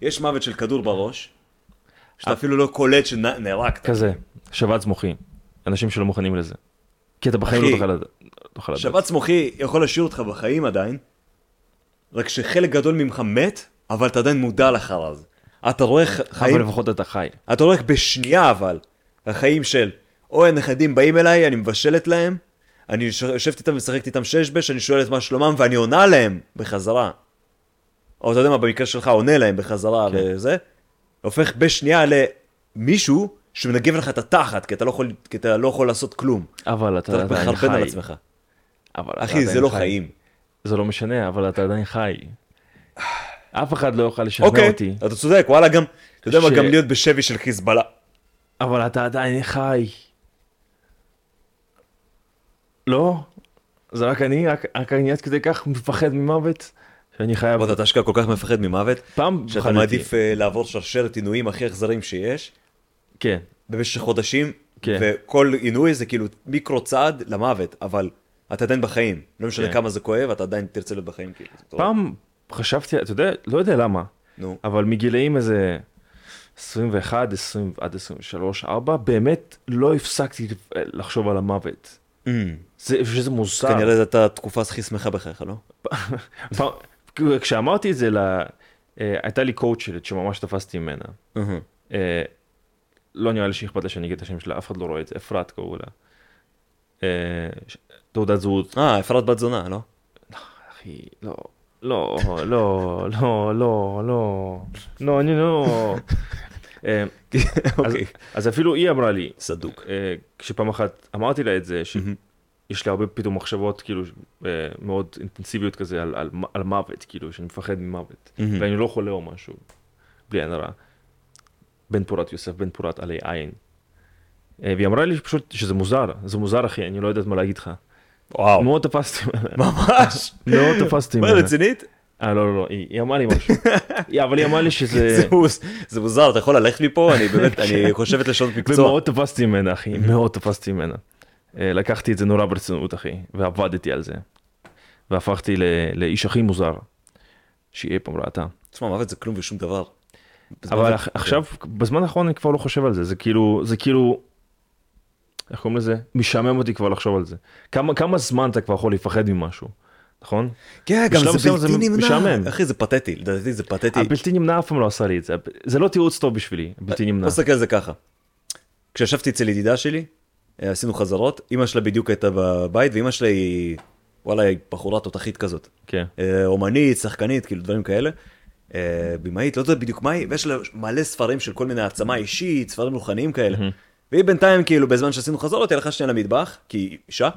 C: יש מוות של כדור בראש, שאתה אפילו לא קולט שנהרגת.
B: כזה, שבץ מוחי. אנשים שלא מוכנים לזה. כי אתה בחיים
C: אחי,
B: לא תוכל לדעת. לא תוכל לדעת.
C: שבץ מוחי יכול להשאיר אותך בחיים עדיין, רק שחלק גדול ממך מת, אבל אתה עדיין מודע לחרז. אתה רואה ח- חיים,
B: אבל לפחות אתה חי.
C: אתה רואה בשנייה אבל, החיים של, אוי הנכדים באים אליי, אני מבשלת להם, אני יוש- יושבת איתם ומשחקת איתם ששבש, אני שואל את מה שלומם ואני עונה להם בחזרה. או אתה יודע מה, במקרה שלך עונה להם בחזרה
B: כן.
C: לזה, הופך בשנייה למישהו שמנגב לך את התחת, כי אתה לא יכול, כי אתה לא יכול לעשות כלום.
B: אבל אתה
C: אתה רק
B: עדיין
C: מחרפן על
B: חי.
C: עצמך.
B: אבל אתה
C: אחי, זה
B: עדיין
C: לא
B: חי.
C: חיים.
B: זה לא משנה, אבל אתה עדיין חי. אף אחד לא יוכל לשכנע
C: אוקיי,
B: אותי.
C: אתה צודק, וואלה גם, אתה יודע מה,
B: ש-
C: גם להיות בשבי של חיזבאללה.
B: אבל אתה עדיין חי. לא? זה רק אני? רק, רק אני עד כדי כך מפחד ממוות? שאני חייב...
C: אבל אתה אשכרה כל כך מפחד ממוות,
B: פעם
C: שאתה
B: פחדתי.
C: מעדיף אה, לעבור שרשרת עינויים הכי אכזריים שיש,
B: כן.
C: במשך חודשים,
B: כן.
C: וכל עינוי זה כאילו מיקרו צעד למוות, אבל אתה עדיין בחיים. לא
B: כן.
C: משנה כמה זה כואב, אתה עדיין תרצה להיות בחיים. כאילו, זה טוב.
B: פעם חשבתי, אתה יודע, לא יודע למה,
C: נו.
B: אבל מגילאים איזה 21, 20 עד 23, 4, באמת לא הפסקתי לחשוב על המוות.
C: אמ,
B: זה, שזה מוזר.
C: כנראה זו הייתה התקופה הכי שמחה בחייך, לא?
B: <laughs> פעם- כאילו, כשאמרתי את זה, לה, אה, הייתה לי קואוצ' שלי שממש תפסתי ממנה.
C: אהה.
B: אה, לא נראה לי שאכפת לה שאני אגיד את השם שלה, אף אחד לא רואה את זה, אפרת קראו לה. אה, ש- תעודת זהות,
C: אה, אפרת בת זונה, לא?
B: אחי, לא, לא, לא, לא, לא, לא, לא, אני לא. אה, אז-
C: אוקיי.
B: אז אפילו היא אמרה לי,
C: סדוק.
B: אה, כשפעם אחת אמרתי לה את זה, שיש לי הרבה פתאום מחשבות כאילו אה, מאוד אינטנסיביות כזה על- על מ- על מוות, כאילו שאני מפחד ממוות,
C: מהמם.
B: ואני לא חולה או משהו, בלי עין הרע. בן פורת יוסף, בן פורת עלי עין. אה, והיא אמרה לי פשוט שזה מוזר, זה מוזר אחי, אני לא יודעת מה להגיד לך.
C: וואו.
B: מאוד תפסתי ממנה,
C: ממש.
B: מאוד לא- תפסתי
C: מה,
B: ממנה.
C: רצינית?
B: אה לא לא לא, היא היא אמרה לי משהו. היא- אבל היא אמרה לי שזה,
C: <laughs> זה מוז- זה מוזר, אתה יכול ללכת מפה? אני באמת, אני
B: <laughs>
C: חושבת לשנות מקצוע.
B: כן. ומאוד תפסתי ממנה אחי, מאוד תפסתי ממנה. אה, לקחתי את זה נורא ברצינות אחי, ועבדתי על זה. והפכתי ל- לאיש הכי מוזר שהיא אי פעם ראתה.
C: תשמע, מוות זה כלום ושום דבר.
B: אבל עכ- עכשיו, בזמן האחרון אני כבר לא חושב על זה, זה כאילו, זה כאילו, איך קוראים לזה? משעמם אותי כבר לחשוב על זה. כמה כמה זמן אתה כבר יכול לפחד ממשהו, נכון?
C: כן, גם
B: בשלב מסוים
C: זה
B: זה
C: בלתי נמנע.
B: משעמם.
C: אחי, זה פתטי, לדעתי זה פתטי.
B: הבלתי נמנע אף פעם לא עשה לי את זה, זה לא תירוץ טוב בשבילי, הבלתי נמנע.
C: בוא נסתכל על זה ככה. כשישבתי אצל ידידה שלי, אה, עשינו חזרות, אימא שלה בדיוק הייתה בבית, ואימא שלה היא, וואלה, היא בחורה תותחית כזאת.
B: כן,
C: אה, אומנית, שחקנית, כאילו דברים כאלה. אה, במאית, לא יודע בדיוק מה היא, ויש לה מלא ספרים של כל מיני העצמה אישית, ספרים רוחניים כאלה. והיא בינתיים, כאילו, בזמן שעשינו חזרות, היא הלכה שנייה למטבח, כי היא אישה,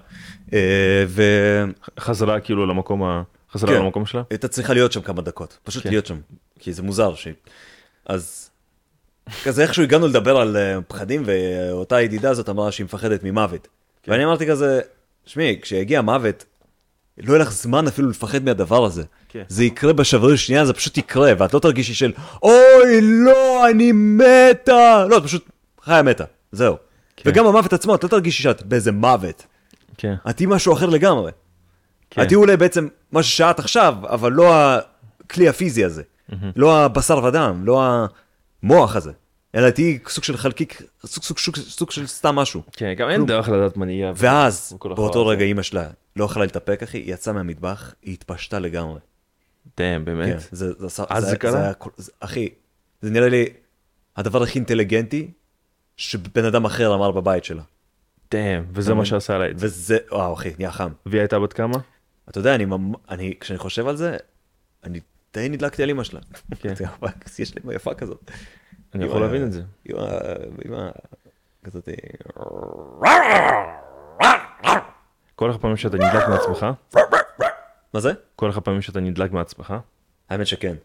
C: אה, והייתה
B: חזרה כאילו למקום ה... חזרה
C: כן.
B: למקום שלה?
C: צריכה להיות שם כמה דקות, פשוט
B: כן.
C: להיות שם, כי זה מוזר. ש... אז כזה איכשהו הגענו לדבר על אה, פחדים, ואותה ידידה הזאת אמרה שהיא מפחדת ממוות.
B: כן.
C: ואני אמרתי כזה, שמי, כשיגיע המוות, לא יהיה לך זמן אפילו לפחד מהדבר הזה.
B: כן.
C: זה יקרה בשבריר שנייה, זה פשוט יקרה, ואת לא תרגישי של, אוי, לא, אני מתה! לא, את פשוט חיה מתה, זהו.
B: כן.
C: וגם המוות עצמו, את לא תרגישי שאת באיזה מוות.
B: כן.
C: את תהיי משהו אחר לגמרי.
B: כן.
C: את תהיי אולי בעצם מה ששעת עכשיו, אבל לא הכלי הפיזי הזה. לא הבשר ודם, לא המוח הזה. אלא תהיי סוג של חלקיק, סוג, סוג, סוג, סוג של סתם משהו.
B: כן, גם אין דרך לדעת מה נהיה.
C: ואז,
B: וכל
C: באותו
B: החרא
C: רגע אימא שלה לא יכלה להתאפק, אחי, היא יצאה מהמטבח, היא התפשטה לגמרי.
B: דאם, באמת.
C: כן, זה, זה, זה,
B: אז זה קרה?
C: היה כל- זה- אחי, זה נראה לי הדבר הכי אינטליגנטי שבן אדם אחר אמר בבית שלה.
B: דאם, וזה מה שעשה לה את זה.
C: וזה, וואו, אחי, נהיה חם.
B: והיא הייתה בת כמה?
C: אתה יודע, אני, ממ... אני, כשאני חושב על זה, אני די נדלקתי על אמא שלה.
B: כן.
C: יש לי אמא יפה כזאת.
B: אני יכול להבין את זה.
C: אמא, אמא, כזאת... אה,
B: כל כך פעמים שאתה נדלק מעצמך?
C: מה זה?
B: כל כך פעמים שאתה נדלק מעצמך?
C: האמת שכן.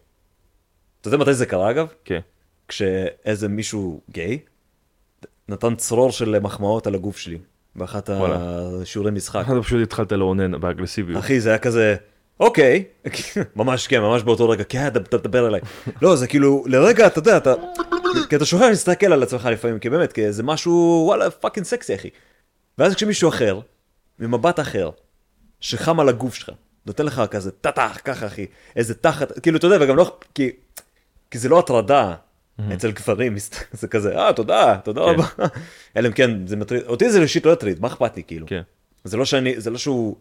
C: אתה יודע מתי זה קרה אגב?
B: כן.
C: כשאיזה מישהו גיי נתן צרור של מחמאות על הגוף שלי באחת
B: וואלה.
C: השיעורי משחק.
B: אתה פשוט התחלת לאונן באגרסיביות.
C: אחי זה היה כזה אוקיי ממש כן ממש באותו רגע כן אתה אתה מדבר אליי לא זה כאילו לרגע אתה יודע אתה כי אתה שוכח להסתכל על עצמך לפעמים כי באמת כי זה משהו וואלה פאקינג סקסי אחי. ואז כשמישהו אחר ממבט אחר שחם על הגוף שלך נותן לך כזה טאטאח ככה אחי איזה תחת כאילו אתה יודע וגם לא כי, כי זה לא הטרדה. אצל גברים <laughs> מסת- זה כזה אה תודה תודה
B: כן.
C: רבה אלא אם כן זה מטריד אותי זה ראשית לא הטריד מה אכפת לי כאילו
B: כן.
C: זה לא שאני זה לא שהוא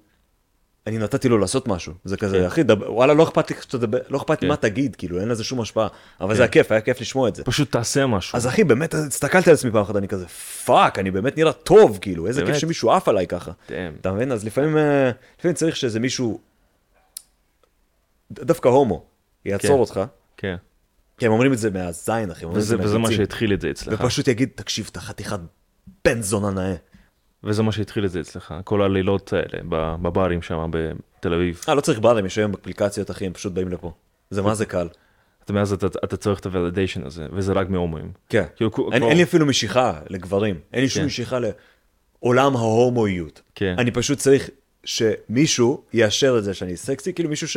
C: אני נתתי לו לעשות משהו זה
B: כן.
C: כזה אחי דבר, וואלה לא אכפת לי שתדבר לא אכפת לי מה תגיד כאילו אין לזה שום השפעה אבל
B: כן.
C: זה הכיף היה כיף לשמוע את זה.
B: פשוט תעשה משהו.
C: אז אחי באמת הסתכלתי על עצמי פעם אחת אני כזה פאק אני באמת נראה טוב כאילו איזה כיף
B: באמת?
C: שמישהו עף עליי ככה.
B: Damn.
C: אתה מבין אז לפעמים אה, לפעמים צריך שאיזה מישהו ד- דווקא הומו יעצור
B: כן.
C: אותך.
B: כן.
C: כי הם אומרים את זה מהזין אחי. הם אומרים את
B: וזה
C: זה
B: וזה מה
C: מהביצים.
B: שהתחיל את זה אצלך.
C: ופשוט יגיד תקשיב אתה חתיכת בן זונה נאה.
B: וזה מה שהתחיל את זה אצלך. כל הלילות האלה ב- בברים שם בתל אביב.
C: אה לא צריך ברים יש היום אפליקציות אחי הם פשוט באים לפה. זה מה זה קל.
B: אתה מאז אתה, אתה צריך את הוולדיישן הזה, וזה רק מהומואים.
C: כן.
B: כאילו, כו-
C: אין,
B: כמו-
C: אין לי אפילו משיכה לגברים, אין לי שום
B: כן.
C: משיכה לעולם ההומואיות.
B: כן.
C: אני פשוט צריך שמישהו יאשר את זה שאני סקסי, כאילו מישהו ש...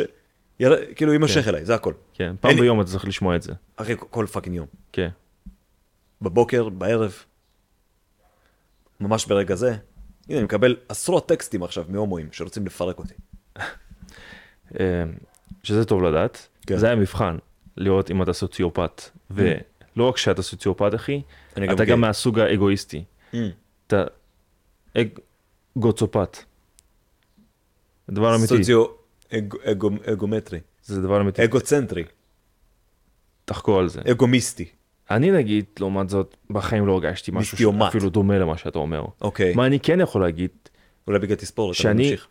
C: יר... כאילו יימשך אליי, זה הכל.
B: כן, פעם
C: אין לי-
B: ביום אתה צריך לשמוע את זה.
C: אחי, כל פאקינג יום.
B: כן.
C: בבוקר, בערב, ממש ברגע זה. הנה, אני מקבל עשרות טקסטים עכשיו מהומואים שרוצים לפרק אותי.
B: אה, שזה טוב לדעת.
C: כן. Mm.
B: זה היה מבחן, לראות אם אתה סוציופט. ולא רק שאתה סוציופט, אחי,
C: אני גם כן. Mm.
B: אתה
C: גיי.
B: גם מהסוג האגואיסטי. אתה אגוצופט. דבר אמיתי. כן.
C: סוציו... אג... אגו... אגומטרי,
B: זה דבר אמיתי.
C: אגוצנטרי,
B: תחקור על זה.
C: אגומיסטי.
B: אני נגיד, לעומת זאת, בחיים לא הרגשתי משהו
C: מיסטיומט.
B: שאפילו דומה למה שאתה אומר.
C: אוקיי,
B: מה אני כן יכול להגיד,
C: אולי בגלל תספורת, אבל
B: שאני-
C: נמשיך.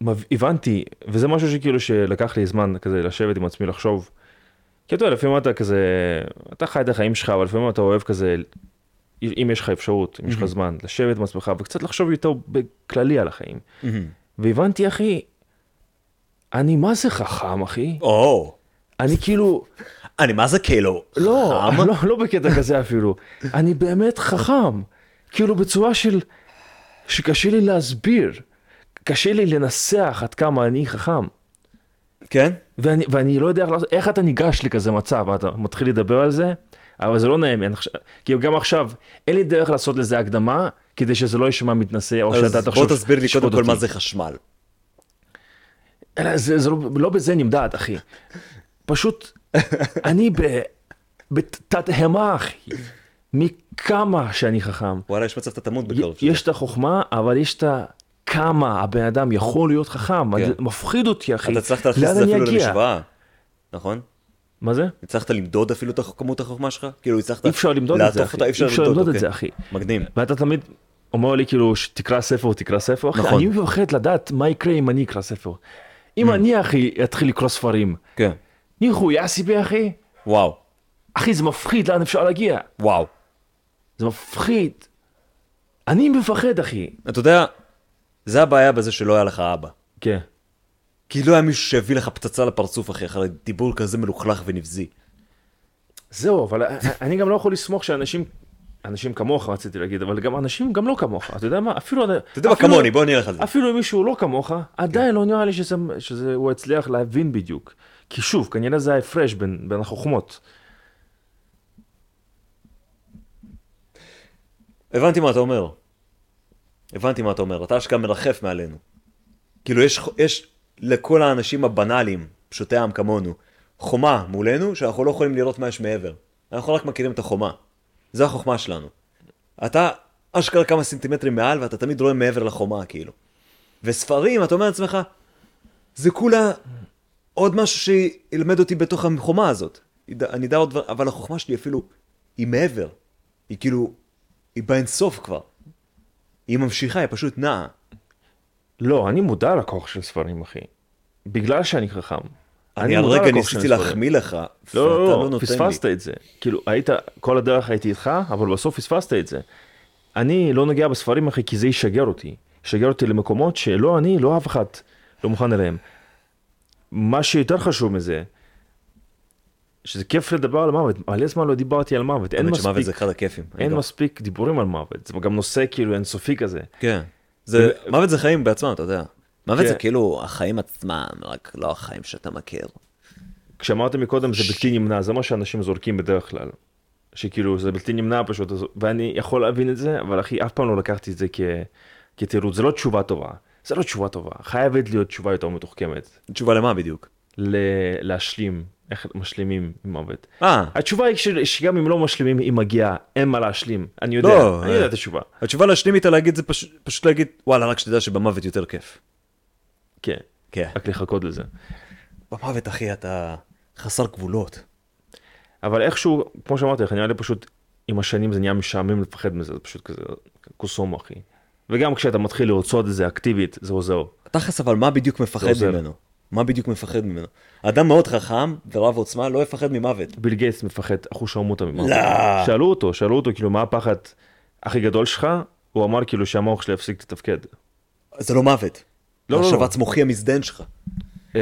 B: מב- הבנתי, וזה משהו שכאילו שלקח לי זמן כזה לשבת עם עצמי לחשוב. כי אתה יודע, לפעמים אתה כזה, אתה חי את החיים שלך, אבל לפעמים אתה אוהב כזה, אם יש לך אפשרות, אם יש לך זמן, לשבת עם עצמך וקצת לחשוב יותר בכללי על החיים. והבנתי, אחי, אני מה זה חכם, אחי?
C: או,
B: אני כאילו,
C: אני מה זה כאילו?
B: לא,
C: חם?
B: לא, לא בקטע כזה אפילו. אני באמת חכם. כאילו בצורה של... שקשה לי להסביר. קשה לי לנסח עד כמה אני חכם.
C: כן?
B: ואני, ואני לא יודע איך, לעשות- איך אתה ניגש לכזה מצב, אתה מתחיל לדבר על זה, אבל זה לא נעים, אין עכשיו- כי גם עכשיו, אין לי דרך לעשות לזה הקדמה, כדי שזה לא יישמע מתנשא, או
C: אז
B: שאתה
C: בוא
B: תחשוב,
C: תסביר לי
B: "שפוט
C: קודם כל
B: אותי".
C: מה זה חשמל.
B: אלא זה, זה לא, לא בזה נמדד, אחי.
C: <laughs>
B: פשוט, אני ב- בתדהמה, אחי, מכמה שאני חכם.
C: וואלה, יש מצב שאתה תמות בקרוב.
B: יש את החוכמה, אבל יש את ה... כמה הבן אדם יכול להיות חכם,
C: כן.
B: זה מפחיד אותי, אחי.
C: אתה הצלחת להכניס
B: לאן
C: את זה
B: אני
C: אפילו
B: אגיע?
C: למשוואה, נכון?
B: מה זה?
C: הצלחת למדוד אפילו את הח- כמות החוכמה שלך? כאילו הצלחת
B: אי אפשר למדוד את זה,
C: לעטוף
B: אחי.
C: אותה, אי אפשר למדוד
B: את
C: אוקיי.
B: זה, אחי.
C: מגניב.
B: ואתה תמיד אומר לי כאילו שתקרא ספר תקרא ספר, אחי,
C: נכון. Mm.
B: אני מפחד לדעת מה יקרה אם אני אקרא ספר. אם אני אחי אתחיל לקרוא ספרים,
C: כן.
B: ניחו יאסי בי אחי,
C: וואו,
B: אחי זה מפחיד לאן אפשר להגיע,
C: וואו.
B: זה מפחיד. אני מפחד אחי.
C: אתה יודע, זה הבעיה בזה שלא היה לך אבא.
B: כן.
C: כי לא היה מישהו שהביא לך פצצה לפרצוף, אחי, אחרי דיבור כזה מלוכלך ונבזי.
B: זהו, אבל אני גם לא יכול לסמוך שאנשים, אנשים כמוך רציתי להגיד, אבל גם אנשים גם לא כמוך, אתה יודע מה, אפילו...
C: אתה יודע מה כמוני, בוא נלך על זה.
B: אפילו אם מישהו לא כמוך, עדיין לא נראה לי שזה, שזה הוא הצליח להבין בדיוק. כי שוב, כנראה זה ההפרש בין, בין החוכמות.
C: הבנתי מה אתה אומר. הבנתי מה אתה אומר, אתה אשכרה מרחף מעלינו. כאילו יש, יש לכל האנשים הבנאליים, פשוטי העם כמונו, חומה מולנו שאנחנו לא יכולים לראות מה יש מעבר. אנחנו רק מכירים את החומה. זו החוכמה שלנו. אתה אשכרה כמה סנטימטרים מעל ואתה תמיד רואה מעבר לחומה כאילו. וספרים, אתה אומר לעצמך, זה כולה עוד משהו שילמד אותי בתוך החומה הזאת. ידע- אני אדע עוד דבר, אבל החוכמה שלי אפילו, היא מעבר. היא כאילו, היא באינסוף כבר. היא ממשיכה, היא פשוט נעה.
B: לא, אני מודע לכוח של ספרים, אחי. בגלל שאני חכם.
C: אני
B: מודע
C: הרגע
B: לכוח
C: ניסיתי
B: של הספרים.
C: להחמיא לך,
B: לא,
C: ואתה
B: לא, לא,
C: נותן לי.
B: פספסת את זה. כאילו, היית, כל הדרך הייתי איתך, אבל בסוף פספסת את זה. אני לא נוגע בספרים, אחי, כי זה ישגר אותי. ישגר אותי למקומות שלא אני, לא אף אחד לא מוכן אליהם. מה שיותר חשוב מזה, שזה כיף לדבר על מוות. מלא זמן לא דיברתי על מוות. אין
C: האמת שמוות
B: מספיק,
C: זה אחד הכיפים. אני לא-
B: אין
C: גם-
B: מספיק דיבורים על מוות. זה גם נושא כאילו אינסופי כזה.
C: כן. זה,
B: ו-
C: מוות זה חיים בעצמם, אתה יודע. מוות
B: כן.
C: זה כאילו החיים עצמם, רק לא החיים שאתה מכיר.
B: כשאמרת מקודם זה בלתי נמנע, זה מה שאנשים זורקים בדרך כלל. שכאילו זה בלתי נמנע פשוט, אז- ואני יכול להבין את זה, אבל אחי, אף פעם לא לקחתי את זה כ... כתירוץ, זה לא תשובה טובה. זה לא תשובה טובה, חייבת להיות תשובה יותר מתוחכמת.
C: תשובה למה בדיוק?
B: ל... להשלים, איך משלימים עם מוות.
C: אה,
B: התשובה היא ש... שגם אם לא משלימים, היא מגיעה, אין מה להשלים. אני יודע,
C: לא,
B: אני
C: אה.
B: יודע את התשובה.
C: התשובה להשלים איתה להגיד זה פשוט, פשוט להגיד, וואלה, רק שתדע שבמוות יותר כיף.
B: כן,
C: כן.
B: רק לחכות לזה.
C: במוות, אחי, אתה חסר גבולות.
B: אבל איכשהו, כמו שאמרתי לך, נראה לי פשוט עם השנים זה נהיה משעמם לפחד מזה, זה פשוט כזה קוסומו אחי. וגם כשאתה מתחיל לרצות את זה אקטיבית, זה עוזר.
C: תכלס, אבל מה בדיוק מפחד
B: עוזר.
C: ממנו? מה בדיוק מפחד ממנו? אדם מאוד חכם ורב עוצמה לא יפחד ממוות.
B: ביל גייטס מפחד אחוש העמותה ממוות.
C: לא.
B: שאלו אותו, שאלו אותו, כאילו, מה הפחד הכי גדול שלך? הוא אמר כאילו שהמוח שלי יפסיק לתפקד.
C: זה לא מוות.
B: לא, לא, לא.
C: השבץ מוחי המזדן שלך.
B: אה,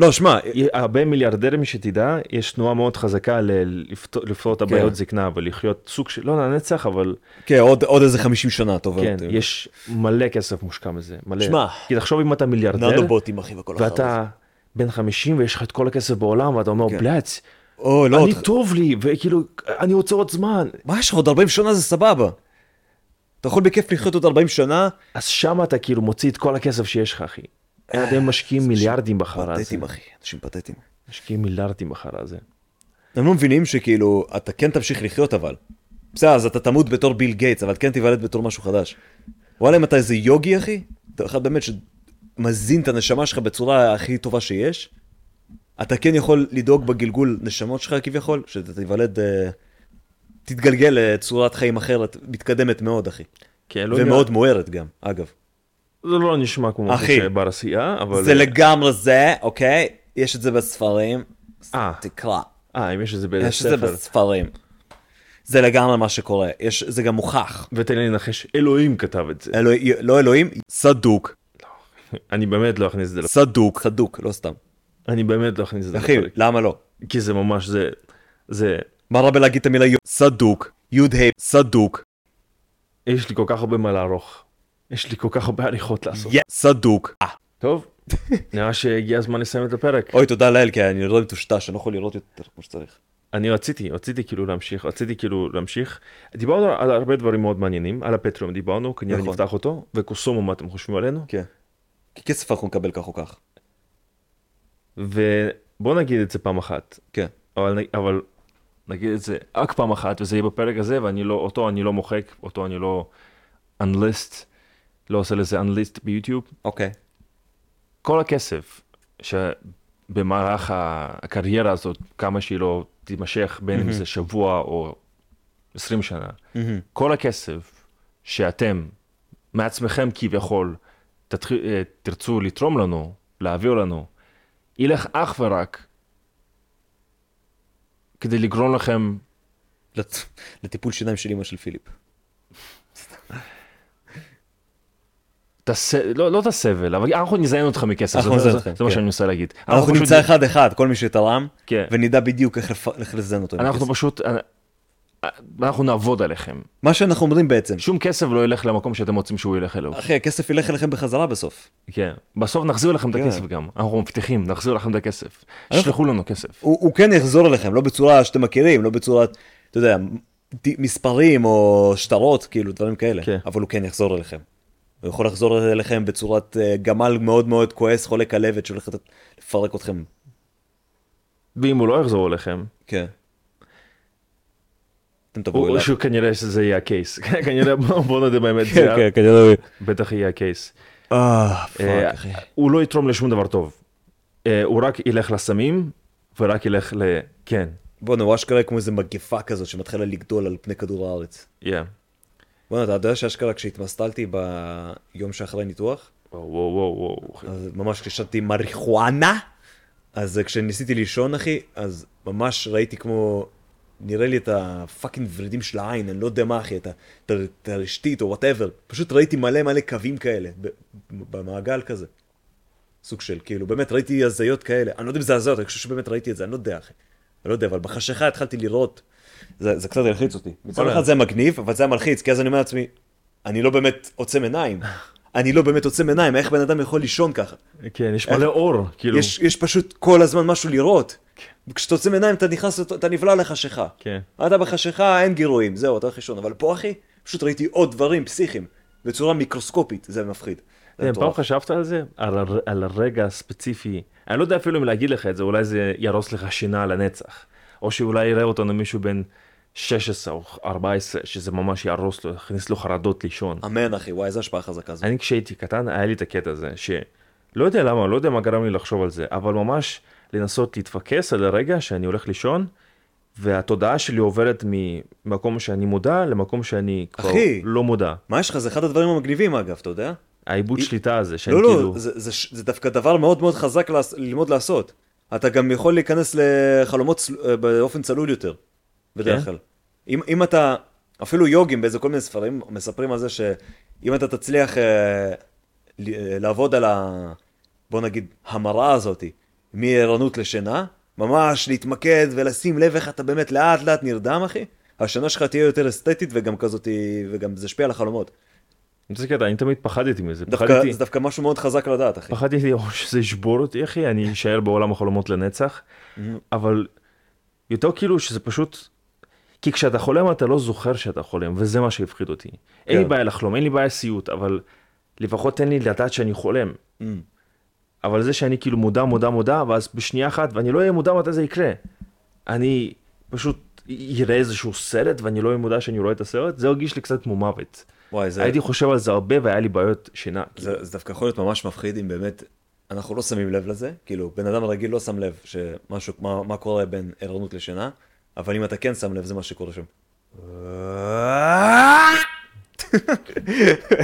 C: לא, שמע,
B: הרבה מיליארדרים שתדע, יש תנועה מאוד חזקה ל- לפתור- לפתור את הבעיות זקנה ולחיות סוג של, לא לנצח, אבל
C: כן, עוד עוד איזה 50 שנה טוב. אה,
B: כן, יש מלא כסף מושקע מזה, מלא.
C: שמע.
B: כי תחשוב אם אתה מיליארדר,
C: ננובוטים, אחי, וכל החרא הזה.
B: ואתה בן 50 ויש לך את כל הכסף בעולם ואתה אומר
C: לא. כן.
B: בלאץ,
C: אוי, לא,
B: אני
C: אותך-
B: טוב לי וכאילו אני רוצה עוד זמן.
C: מה יש לך עוד 40 שנה זה סבבה. אתה יכול בכיף לחיות עוד 40 שנה,
B: אז שם אתה כאילו מוציא את כל הכסף שיש לך אחי.
C: אה,
B: הם משקיעים מיליארדים בחרא הזה.
C: פתטים אחי, אנשים פתטים.
B: משקיעים מיליארדים בחרא הזה.
C: הם לא מבינים שכאילו, אתה כן תמשיך לחיות אבל. בסדר, אז אתה תמות בתור ביל גייטס, אבל כן תיוולד בתור משהו חדש. וואלה, אם אתה איזה יוגי אחי, אתה אחד באמת שמזין את הנשמה שלך בצורה הכי טובה שיש, אתה כן יכול לדאוג בגלגול נשמות שלך כביכול, שאתה תיוולד, אה, תתגלגל לצורת חיים אחרת, מתקדמת מאוד אחי.
B: כן, לא
C: ומאוד מוארת גם, אגב.
B: נראה- זה לא נשמע כמו משהו
C: אחי.
B: שבר עשייה, אבל...
C: זה לגמרי זה, אוקיי? יש את זה בספרים.
B: אה.
C: תקרא.
B: אה, אם יש את זה באיזה
C: יש את זה
B: ספר.
C: בספרים. זה לגמרי מה שקורה. יש, זה גם מוכח.
B: ותן לי לנחש, אלוהים כתב את זה.
C: אלוהי, לא אלוהים, סדוק.
B: אני באמת לא אכניס את זה. לפ-
C: סדוק. סדוק, לא סתם.
B: אני באמת לא אכניס את זה.
C: אחי,
B: לפרק.
C: למה לא?
B: כי זה ממש זה... זה...
C: מה רע בלהגיד את המילה יו? סדוק. יוד ה' סדוק.
B: יש לי כל כך הרבה מה לערוך. יש לי כל כך הרבה עריכות לעשות.
C: יא סדוק. אה.
B: טוב, <laughs> נראה שהגיע הזמן לסיים את הפרק.
C: אוי, תודה לאל, כי אני לא מטושטש, אני לא יכול לראות יותר כמו שצריך.
B: אני רציתי, רציתי כאילו להמשיך, רציתי כאילו להמשיך. דיברנו על הרבה דברים מאוד מעניינים, על הפטריום דיברנו, כנראה
C: נכון.
B: נפתח אותו, וקוסומו מה אתם חושבים עלינו,
C: כן. כי כסף אנחנו נקבל כך או כך.
B: ובוא נגיד את זה פעם אחת,
C: כן.
B: אבל, נ- אבל נגיד את זה רק פעם אחת, וזה יהיה בפרק הזה, ואני לא, אותו אני לא מוחק, אותו אני לא unlist, לא עושה לזה unlist ביוטיוב.
C: אוקיי.
B: כל הכסף שבמהלך ה- הקריירה הזאת, כמה שהיא לא תימשך, בין אם זה שבוע או 20 שנה, כל הכסף שאתם מעצמכם כביכול תתח... אה, תרצו לתרום לנו, להעביר לנו, ילך אך ורק כדי לגרום לכם,
C: לט- לטיפול שיניים של אמא של פיליפ.
B: את הס... לא, לא את הסבל, אבל אנחנו נזיין אותך מכסף,
C: אנחנו
B: זה, זה,
C: נזיין
B: זה,
C: אתכם,
B: מה
C: כן.
B: שאני מנסה להגיד.
C: אנחנו
B: פשוט-
C: נמצא אחד אחד, כל מי שתרם,
B: כן.
C: ונדע בדיוק איך לפ- איך לזן אותו. עם
B: אנחנו
C: הכסף.
B: פשוט, אה, אנחנו נעבוד עליכם.
C: מה שאנחנו אומרים בעצם,
B: שום כסף לא ילך למקום שאתם רוצים שהוא ילך אליו.
C: אחי, הכסף ילך אליכם בחזרה בסוף.
B: כן. בסוף נחזיר לכם את
C: כן.
B: הכסף גם, אנחנו מבטיחים, נחזיר לכם את הכסף. שלחו לנו כסף.
C: הוא, הוא כן יחזור אליכם, לא בצורה שאתם מכירים, לא בצורת, אתה יודע, ד- מספרים או שטרות, כאילו, דברים כאלה,
B: כן.
C: אבל הוא כן יחזור אליכם. הוא יכול לחזור אליכם בצורת אה, גמל מאוד מאוד כועס, חולה כלבת, שהולך לתת- לפרק אתכם.
B: ואם הוא לא יחזור אליכם,
C: כן. אתם תבואו
B: הוא
C: אליו.
B: שהוא כנראה שזה יהיה הקייס. <laughs> כנראה, בוא בוא נודה באמת, זה
C: כן, כן, כנראה.
B: בטח יהיה הקייס.
C: אה,
B: אה,
C: פאק, אחי.
B: הוא לא יתרום לשום דבר טוב. אה, הוא רק ילך לסמים, ורק ילך ל... כן,
C: בואנה, הוא אשכרה כמו איזה מגפה כזאת שמתחילה לגדול על פני כדור הארץ.
B: יא.
C: בואנה, אתה יודע שאשכרה כשהתמסטלתי ביום שאחרי ניתוח,
B: וואו וואו וואו וואו.
C: אז ממש כששתתי מריחואנה, אז אה, כשניסיתי לישון, אחי, אז ממש ראיתי כמו... נראה לי את הפאקינג ורידים של העין, אני לא יודע מה, אחי, את ה- את ה- את הרשתית או וואטאבר. פשוט ראיתי מלא מלא קווים כאלה, ב- במעגל כזה. סוג של, כאילו, באמת ראיתי הזיות כאלה. אני לא יודע אם זה הזיות, אני חושב שבאמת ראיתי את זה, אני לא יודע, אחי. אני לא יודע, אבל בחשיכה התחלתי לראות. זה, זה קצת הלחיץ אותי. מצד
B: וואלה.
C: אחד זה מגניב, אבל זה היה מלחיץ, כי אז אני אומר לעצמי, אני לא באמת עוצם עיניים. אני לא באמת עוצם עיניים, איך בן אדם יכול לישון ככה?
B: כן, יש מלא אור, כאילו.
C: יש, יש פשוט כל הזמן משהו לראות. כשאתה עוצם עיניים אתה נכנס, לת- אתה נבלע לחשיכה.
B: כן.
C: אתה בחשיכה, אין גירויים, זהו, אתה הולך לישון. אבל פה, אחי, פשוט ראיתי עוד דברים פסיכיים, בצורה מיקרוסקופית, זה מפחיד. זה
B: כן, פעם
C: מטורף.
B: חשבת על זה? על הר- על הרגע הספציפי? אני לא יודע אפילו אם להגיד לך את זה, אולי זה ירוס לך שינה לנצח. או שאולי יראה אותנו מישהו בן 16 או 14, שזה ממש יהרוס לו, יכניס לו חרדות לישון.
C: אמן, אחי, וואי, איזה השפעה חזקה זו.
B: אני כשהייתי קטן, היה לי את הקטע הזה, שלא יודע למה, לא יודע מה גרם לי לחשוב על זה, אבל ממש לנסות להתפקס על הרגע שאני הולך לישון, והתודעה שלי עוברת ממקום שאני מודע למקום שאני כבר
C: אחי.
B: לא מודע.
C: מה יש לך? זה אחד הדברים המגניבים, אגב, אתה יודע?
B: העיבוד שליטה הזה, שאני
C: לא, לא,
B: כאילו...
C: זה- זה ש- זה דווקא דבר מאוד מאוד חזק לעס- ללמוד לעשות. אתה גם יכול להיכנס לחלומות צל- אה, באופן צלול יותר, בדרך
B: כן?
C: כלל. אם אם אתה, אפילו יוגים באיזה כל מיני ספרים מספרים על זה שאם אתה תצליח אה, ל- אה, לעבוד על ה... בוא נגיד, המראה הזאת, מערנות לשינה, ממש להתמקד ולשים לב איך אתה באמת לאט לאט נרדם, אחי, השינה שלך תהיה יותר אסתטית וגם כזאת, וגם זה ישפיע על החלומות.
B: זה קטע, אני תמיד פחדתי מזה,
C: דווקא,
B: פחדתי,
C: זה דווקא משהו מאוד חזק לדעת, אחי.
B: פחדתי או שזה ישבור אותי, אחי, אני אשאר בעולם החלומות לנצח,
C: Mm-hmm.
B: אבל יותר כאילו שזה פשוט, כי כשאתה חולם אתה לא זוכר שאתה חולם, וזה מה שהפחיד אותי. אין לי
C: כן.
B: בעיה לחלום, אין לי בעיה סיוט, אבל לפחות תן לי לדעת שאני חולם.
C: Mm.
B: אבל זה שאני כאילו מודע, מודע, מודע, ואז בשנייה אחת, ואני לא אהיה מודע מתי זה יקרה. אני פשוט אראה איזשהו סרט, ואני לא אהיה מודע שאני רואה את הסרט, זה הרגיש לי קצת כמו מוות.
C: וואי, זה,
B: הייתי חושב על זה הרבה והיה לי בעיות שינה.
C: זה, זה דווקא יכול להיות ממש מפחיד אם באמת, אנחנו לא שמים לב לזה, כאילו, בן אדם רגיל לא שם לב שמשהו, מה, מה קורה בין ערנות לשינה, אבל אם אתה כן שם לב, זה מה שקורה שם.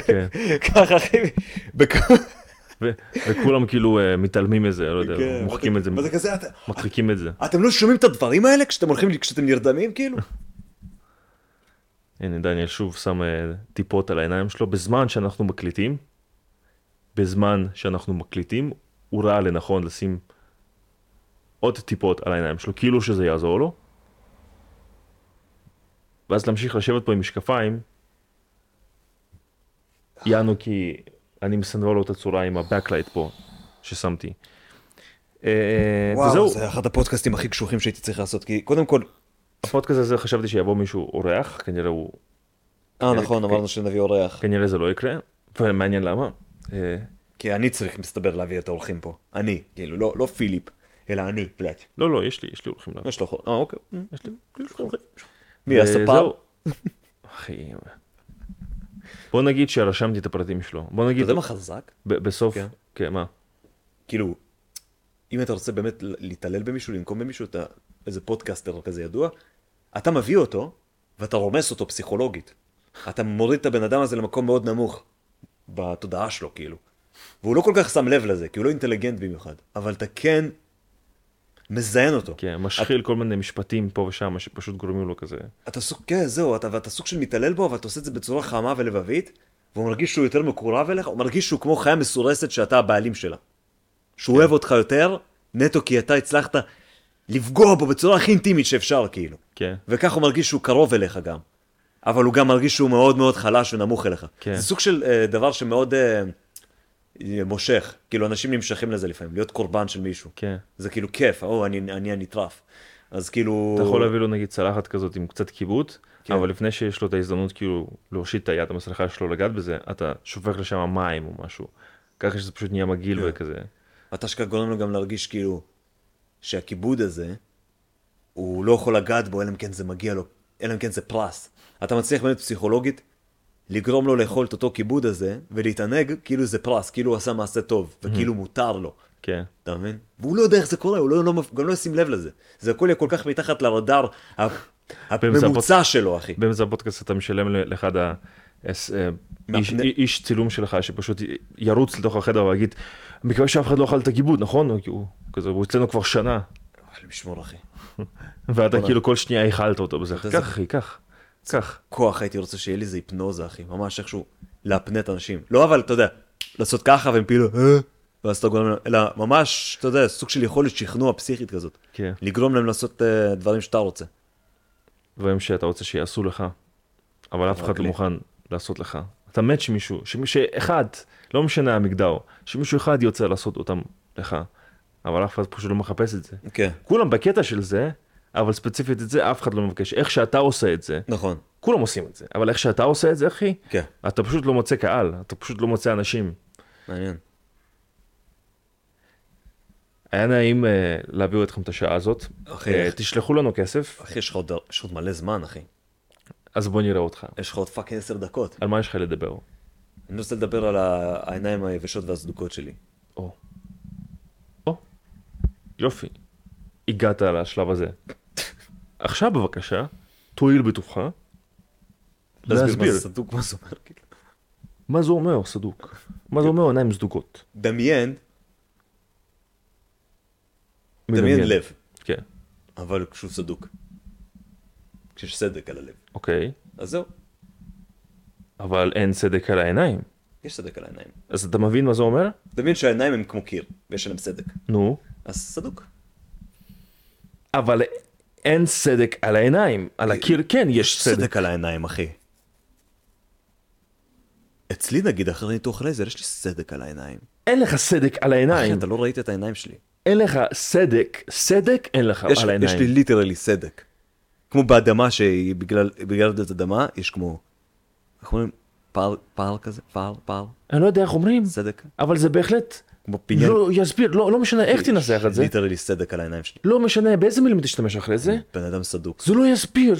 B: כן.
C: ככה, אחי, בכ-
B: ו- וכולם כאילו אה, מתעלמים מזה, לא יודע,
C: כן.
B: מוחקים את זה,
C: וזה כזה, "אתה-
B: מדחיקים את זה.
C: אתם לא שומעים את הדברים האלה כשאתם הולכים, כשאתם
B: <laughs>
C: נרדמים, כאילו?
B: הנה דניאל שוב שם אה, טיפות על העיניים שלו, בזמן שאנחנו מקליטים, בזמן שאנחנו מקליטים, הוא ראה לנכון לשים עוד טיפות על העיניים שלו, כאילו שזה יעזור לו. ואז להמשיך לשבת פה עם משקפיים, יענו כי אני מסנדל לו את הצורה עם ה-Backlight פה, ששמתי. אה, וזהו.
C: וואו, זה אחד הפודקאסטים הכי קשוחים שהייתי צריך לעשות, כי קודם כל,
B: הפודקאסט הזה חשבתי שיבוא מישהו אורח, כנראה הוא,
C: אה,
B: כן,
C: נכון, אמרנו שנביא אורח,
B: כנראה זה לא יקרה, ומעניין למה. אה,
C: כי אני צריך, מסתבר, להביא את האורחים פה. אני, כאילו, לא לא פיליפ, אלא אני, בלאט.
B: לא, לא, יש לי, יש לי אורחים למה.
C: יש לו חור. אה, אוקיי.
B: יש לי יש לי אורחים. אה,
C: מי, הספר?
B: וזהו. אחי. בוא נגיד שרשמתי את הפרטים שלו. בוא
C: אתה
B: נגיד,
C: יודע מה חזק?
B: ב- בסוף,
C: כן.
B: כן, מה?
C: כאילו, אם אתה רוצה באמת להתעלל במישהו, לנקום במישהו, אתה איזה פודקאסטר כזה ידוע, אתה מביא אותו, ואתה רומס אותו פסיכולוגית. אתה מוריד את הבן אדם הזה למקום מאוד נמוך, בתודעה שלו, כאילו. והוא לא כל כך שם לב לזה, כי הוא לא אינטליגנט במיוחד, אבל אתה כן מזיין אותו.
B: כן, משחיל כל מיני משפטים פה ושם, שפשוט גורמים לו כזה.
C: אתה סוג, כן, זהו, אתה, ואתה סוג של מתעלל בו, אבל אתה עושה את זה בצורה חמה ולבבית, והוא מרגיש שהוא יותר מקורב אליך, הוא מרגיש שהוא כמו חיה מסורסת שאתה הבעלים שלה.
B: כן.
C: שהוא אוהב אותך יותר, נטו כי אתה הצלחת לפגוע בו בצורה הכי אינטימית שאפשר, כאילו.
B: כן.
C: וכך הוא מרגיש שהוא קרוב אליך גם. אבל הוא גם מרגיש שהוא מאוד מאוד חלש ונמוך אליך.
B: כן.
C: זה סוג של אה, דבר שמאוד אה, אה, מושך. כאילו, אנשים נמשכים לזה לפעמים, להיות קורבן של מישהו.
B: כן.
C: זה כאילו כיף, או, אני, אני הנטרף. אז כאילו...
B: אתה יכול להביא לו נגיד צלחת כזאת עם קצת כיבוד,
C: כן.
B: אבל לפני שיש לו את ההזדמנות כאילו להושיט את היד המסלחה שלו לגעת בזה, אתה שופך לשם מים או משהו. ככה שזה פשוט נהיה מגעיל וכזה.
C: אתה אשכרה גורם לו גם להרגיש כאילו שהכיבוד הזה, הוא לא יכול לגעת בו, אלא אם כן זה מגיע לו, אלא אם כן זה פרס. אתה מצליח באמת פסיכולוגית לגרום לו לאכול את אותו כיבוד הזה, ולהתענג כאילו זה פרס, כאילו הוא עשה מעשה טוב, וכאילו מותר לו.
B: כן.
C: אתה מבין? והוא לא יודע איך זה קורה, הוא לא, לא, מפ- גם לא ישים לב לזה. זה הכל יהיה כל כך מתחת לרדאר ה- הממוצע שלו, אחי.
B: באמצע הפודקאסט אתה משלם ל- לאחד ה... אס- אה, איש,
C: מהפני-
B: איש צילום שלך שפשוט י- ירוץ לתוך החדר ויגיד, מקווה שאף אחד לא אכל את הגיבוד, נכון? כי הוא כזה, הוא אצלנו כבר שנה,
C: אלוהים ישמור, אחי.
B: ואתה כאילו כל שנייה איכלת אותו בזה, קח אחי, קח, קח.
C: כוח הייתי רוצה שיהיה לי איזה היפנוזה, אחי, ממש איכשהו להפנט אנשים. לא, אבל אתה יודע, לעשות ככה והם כאילו, "אה?" ואז אתה גורם להם, אלא ממש, אתה יודע, סוג של יכולת שכנוע פסיכית כזאת.
B: כן.
C: לגרום להם לעשות אה, דברים שאתה רוצה.
B: דברים שאתה רוצה שיעשו לך, אבל אף אחד לא
C: רגלי.
B: מוכן לעשות לך. אתה מת שמישהו, שמישהו אחד, לא משנה המגדר, שמישהו אחד יוצא לעשות אותם לך, אבל אף אחד פשוט לא מחפש את זה.
C: כן.
B: כולם בקטע של זה, אבל ספציפית את זה אף אחד לא מבקש. איך שאתה עושה את זה,
C: נכון.
B: כולם עושים את זה, אבל איך שאתה עושה את זה, אחי,
C: כן.
B: אתה פשוט לא מוצא קהל, אתה פשוט לא מוצא אנשים.
C: מעניין.
B: היה נעים אה, להעביר אתכם את השעה הזאת.
C: אחי,
B: אה,
C: איך-
B: תשלחו לנו כסף,
C: אחי, יש לך עוד- יש עוד מלא זמן, אחי.
B: אז בוא נראה אותך.
C: יש לך עוד פאקינג עשר דקות.
B: על מה יש לך לדבר?
C: אני רוצה לדבר על ה- העיניים היבשות והסדוקות
B: לא,
C: שלי.
B: או. או. יופי. הגעת לשלב הזה. עכשיו בבקשה, תואיל בטובך
C: מה
B: להסביר
C: זה סדוק, מה זה אומר, כאילו.
B: מה זה אומר סדוק. מה זה
C: כן.
B: אומר עיניים סדוקות.
C: דמיין,
B: מדמיין.
C: דמיין לב,
B: כן,
C: אבל כשהוא סדוק. כשיש סדק על הלב.
B: אוקיי.
C: אז זהו,
B: אבל אין סדק על העיניים.
C: יש סדק על העיניים.
B: אז אתה מבין מה זה אומר?
C: דמיין שהעיניים הם כמו קיר, ויש עליהם סדק.
B: נו.
C: אז סדוק.
B: אבל אין סדק על העיניים. על הקיר כן יש סדק.
C: אה, סדק על העיניים, אחי. אצלי נגיד, אחרי ניתוח לייזר, יש לי סדק על העיניים.
B: אין לך סדק על
C: אחי,
B: העיניים.
C: אתה לא ראית את העיניים שלי.
B: אין לך סדק. סדק אין לך
C: יש,
B: על
C: יש לי
B: העיניים.
C: ליטרלי סדק. כמו באדמה שהיא בגלל, בגלל רעידת אדמה, יש כמו, איך אומרים? פער, פער כזה? פער, פער,
B: אני לא יודע איך אומרים,
C: סדק?
B: אבל זה בהחלט
C: כמו בניין.
B: לא, יסביר, לא, לא משנה איך תנסח את זה,
C: ליטרלי סדק על העיניים שלי.
B: לא משנה באיזה מילים תשתמש אחרי זה,
C: בן אדם סדוק.
B: זה לא יסביר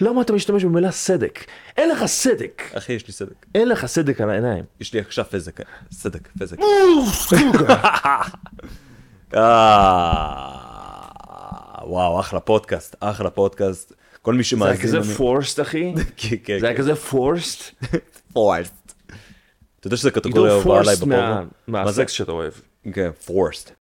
B: למה אתה משתמש במילה סדק. אין לך סדק,
C: אחי, יש לי סדק.
B: אין לך סדק על העיניים.
C: יש לי עכשיו פזק. סדק, פזק.
B: סוגה.
C: אה, וואו, אחלה פודקאסט, אחלה פודקאסט. כל מי
B: זה היה
C: שמאזין...
B: כזה
C: לנו-
B: פורסט אחי,
C: <laughs> כן, כן,
B: זה היה
C: כן.
B: כזה פורסט,
C: פורסט. אתה יודע שזה קטגוריה
B: עידו
C: הובאה עליי
B: פורסט
C: בפורנו?
B: מה- מהסקס שאתה אוהב.
C: כן, פורסט.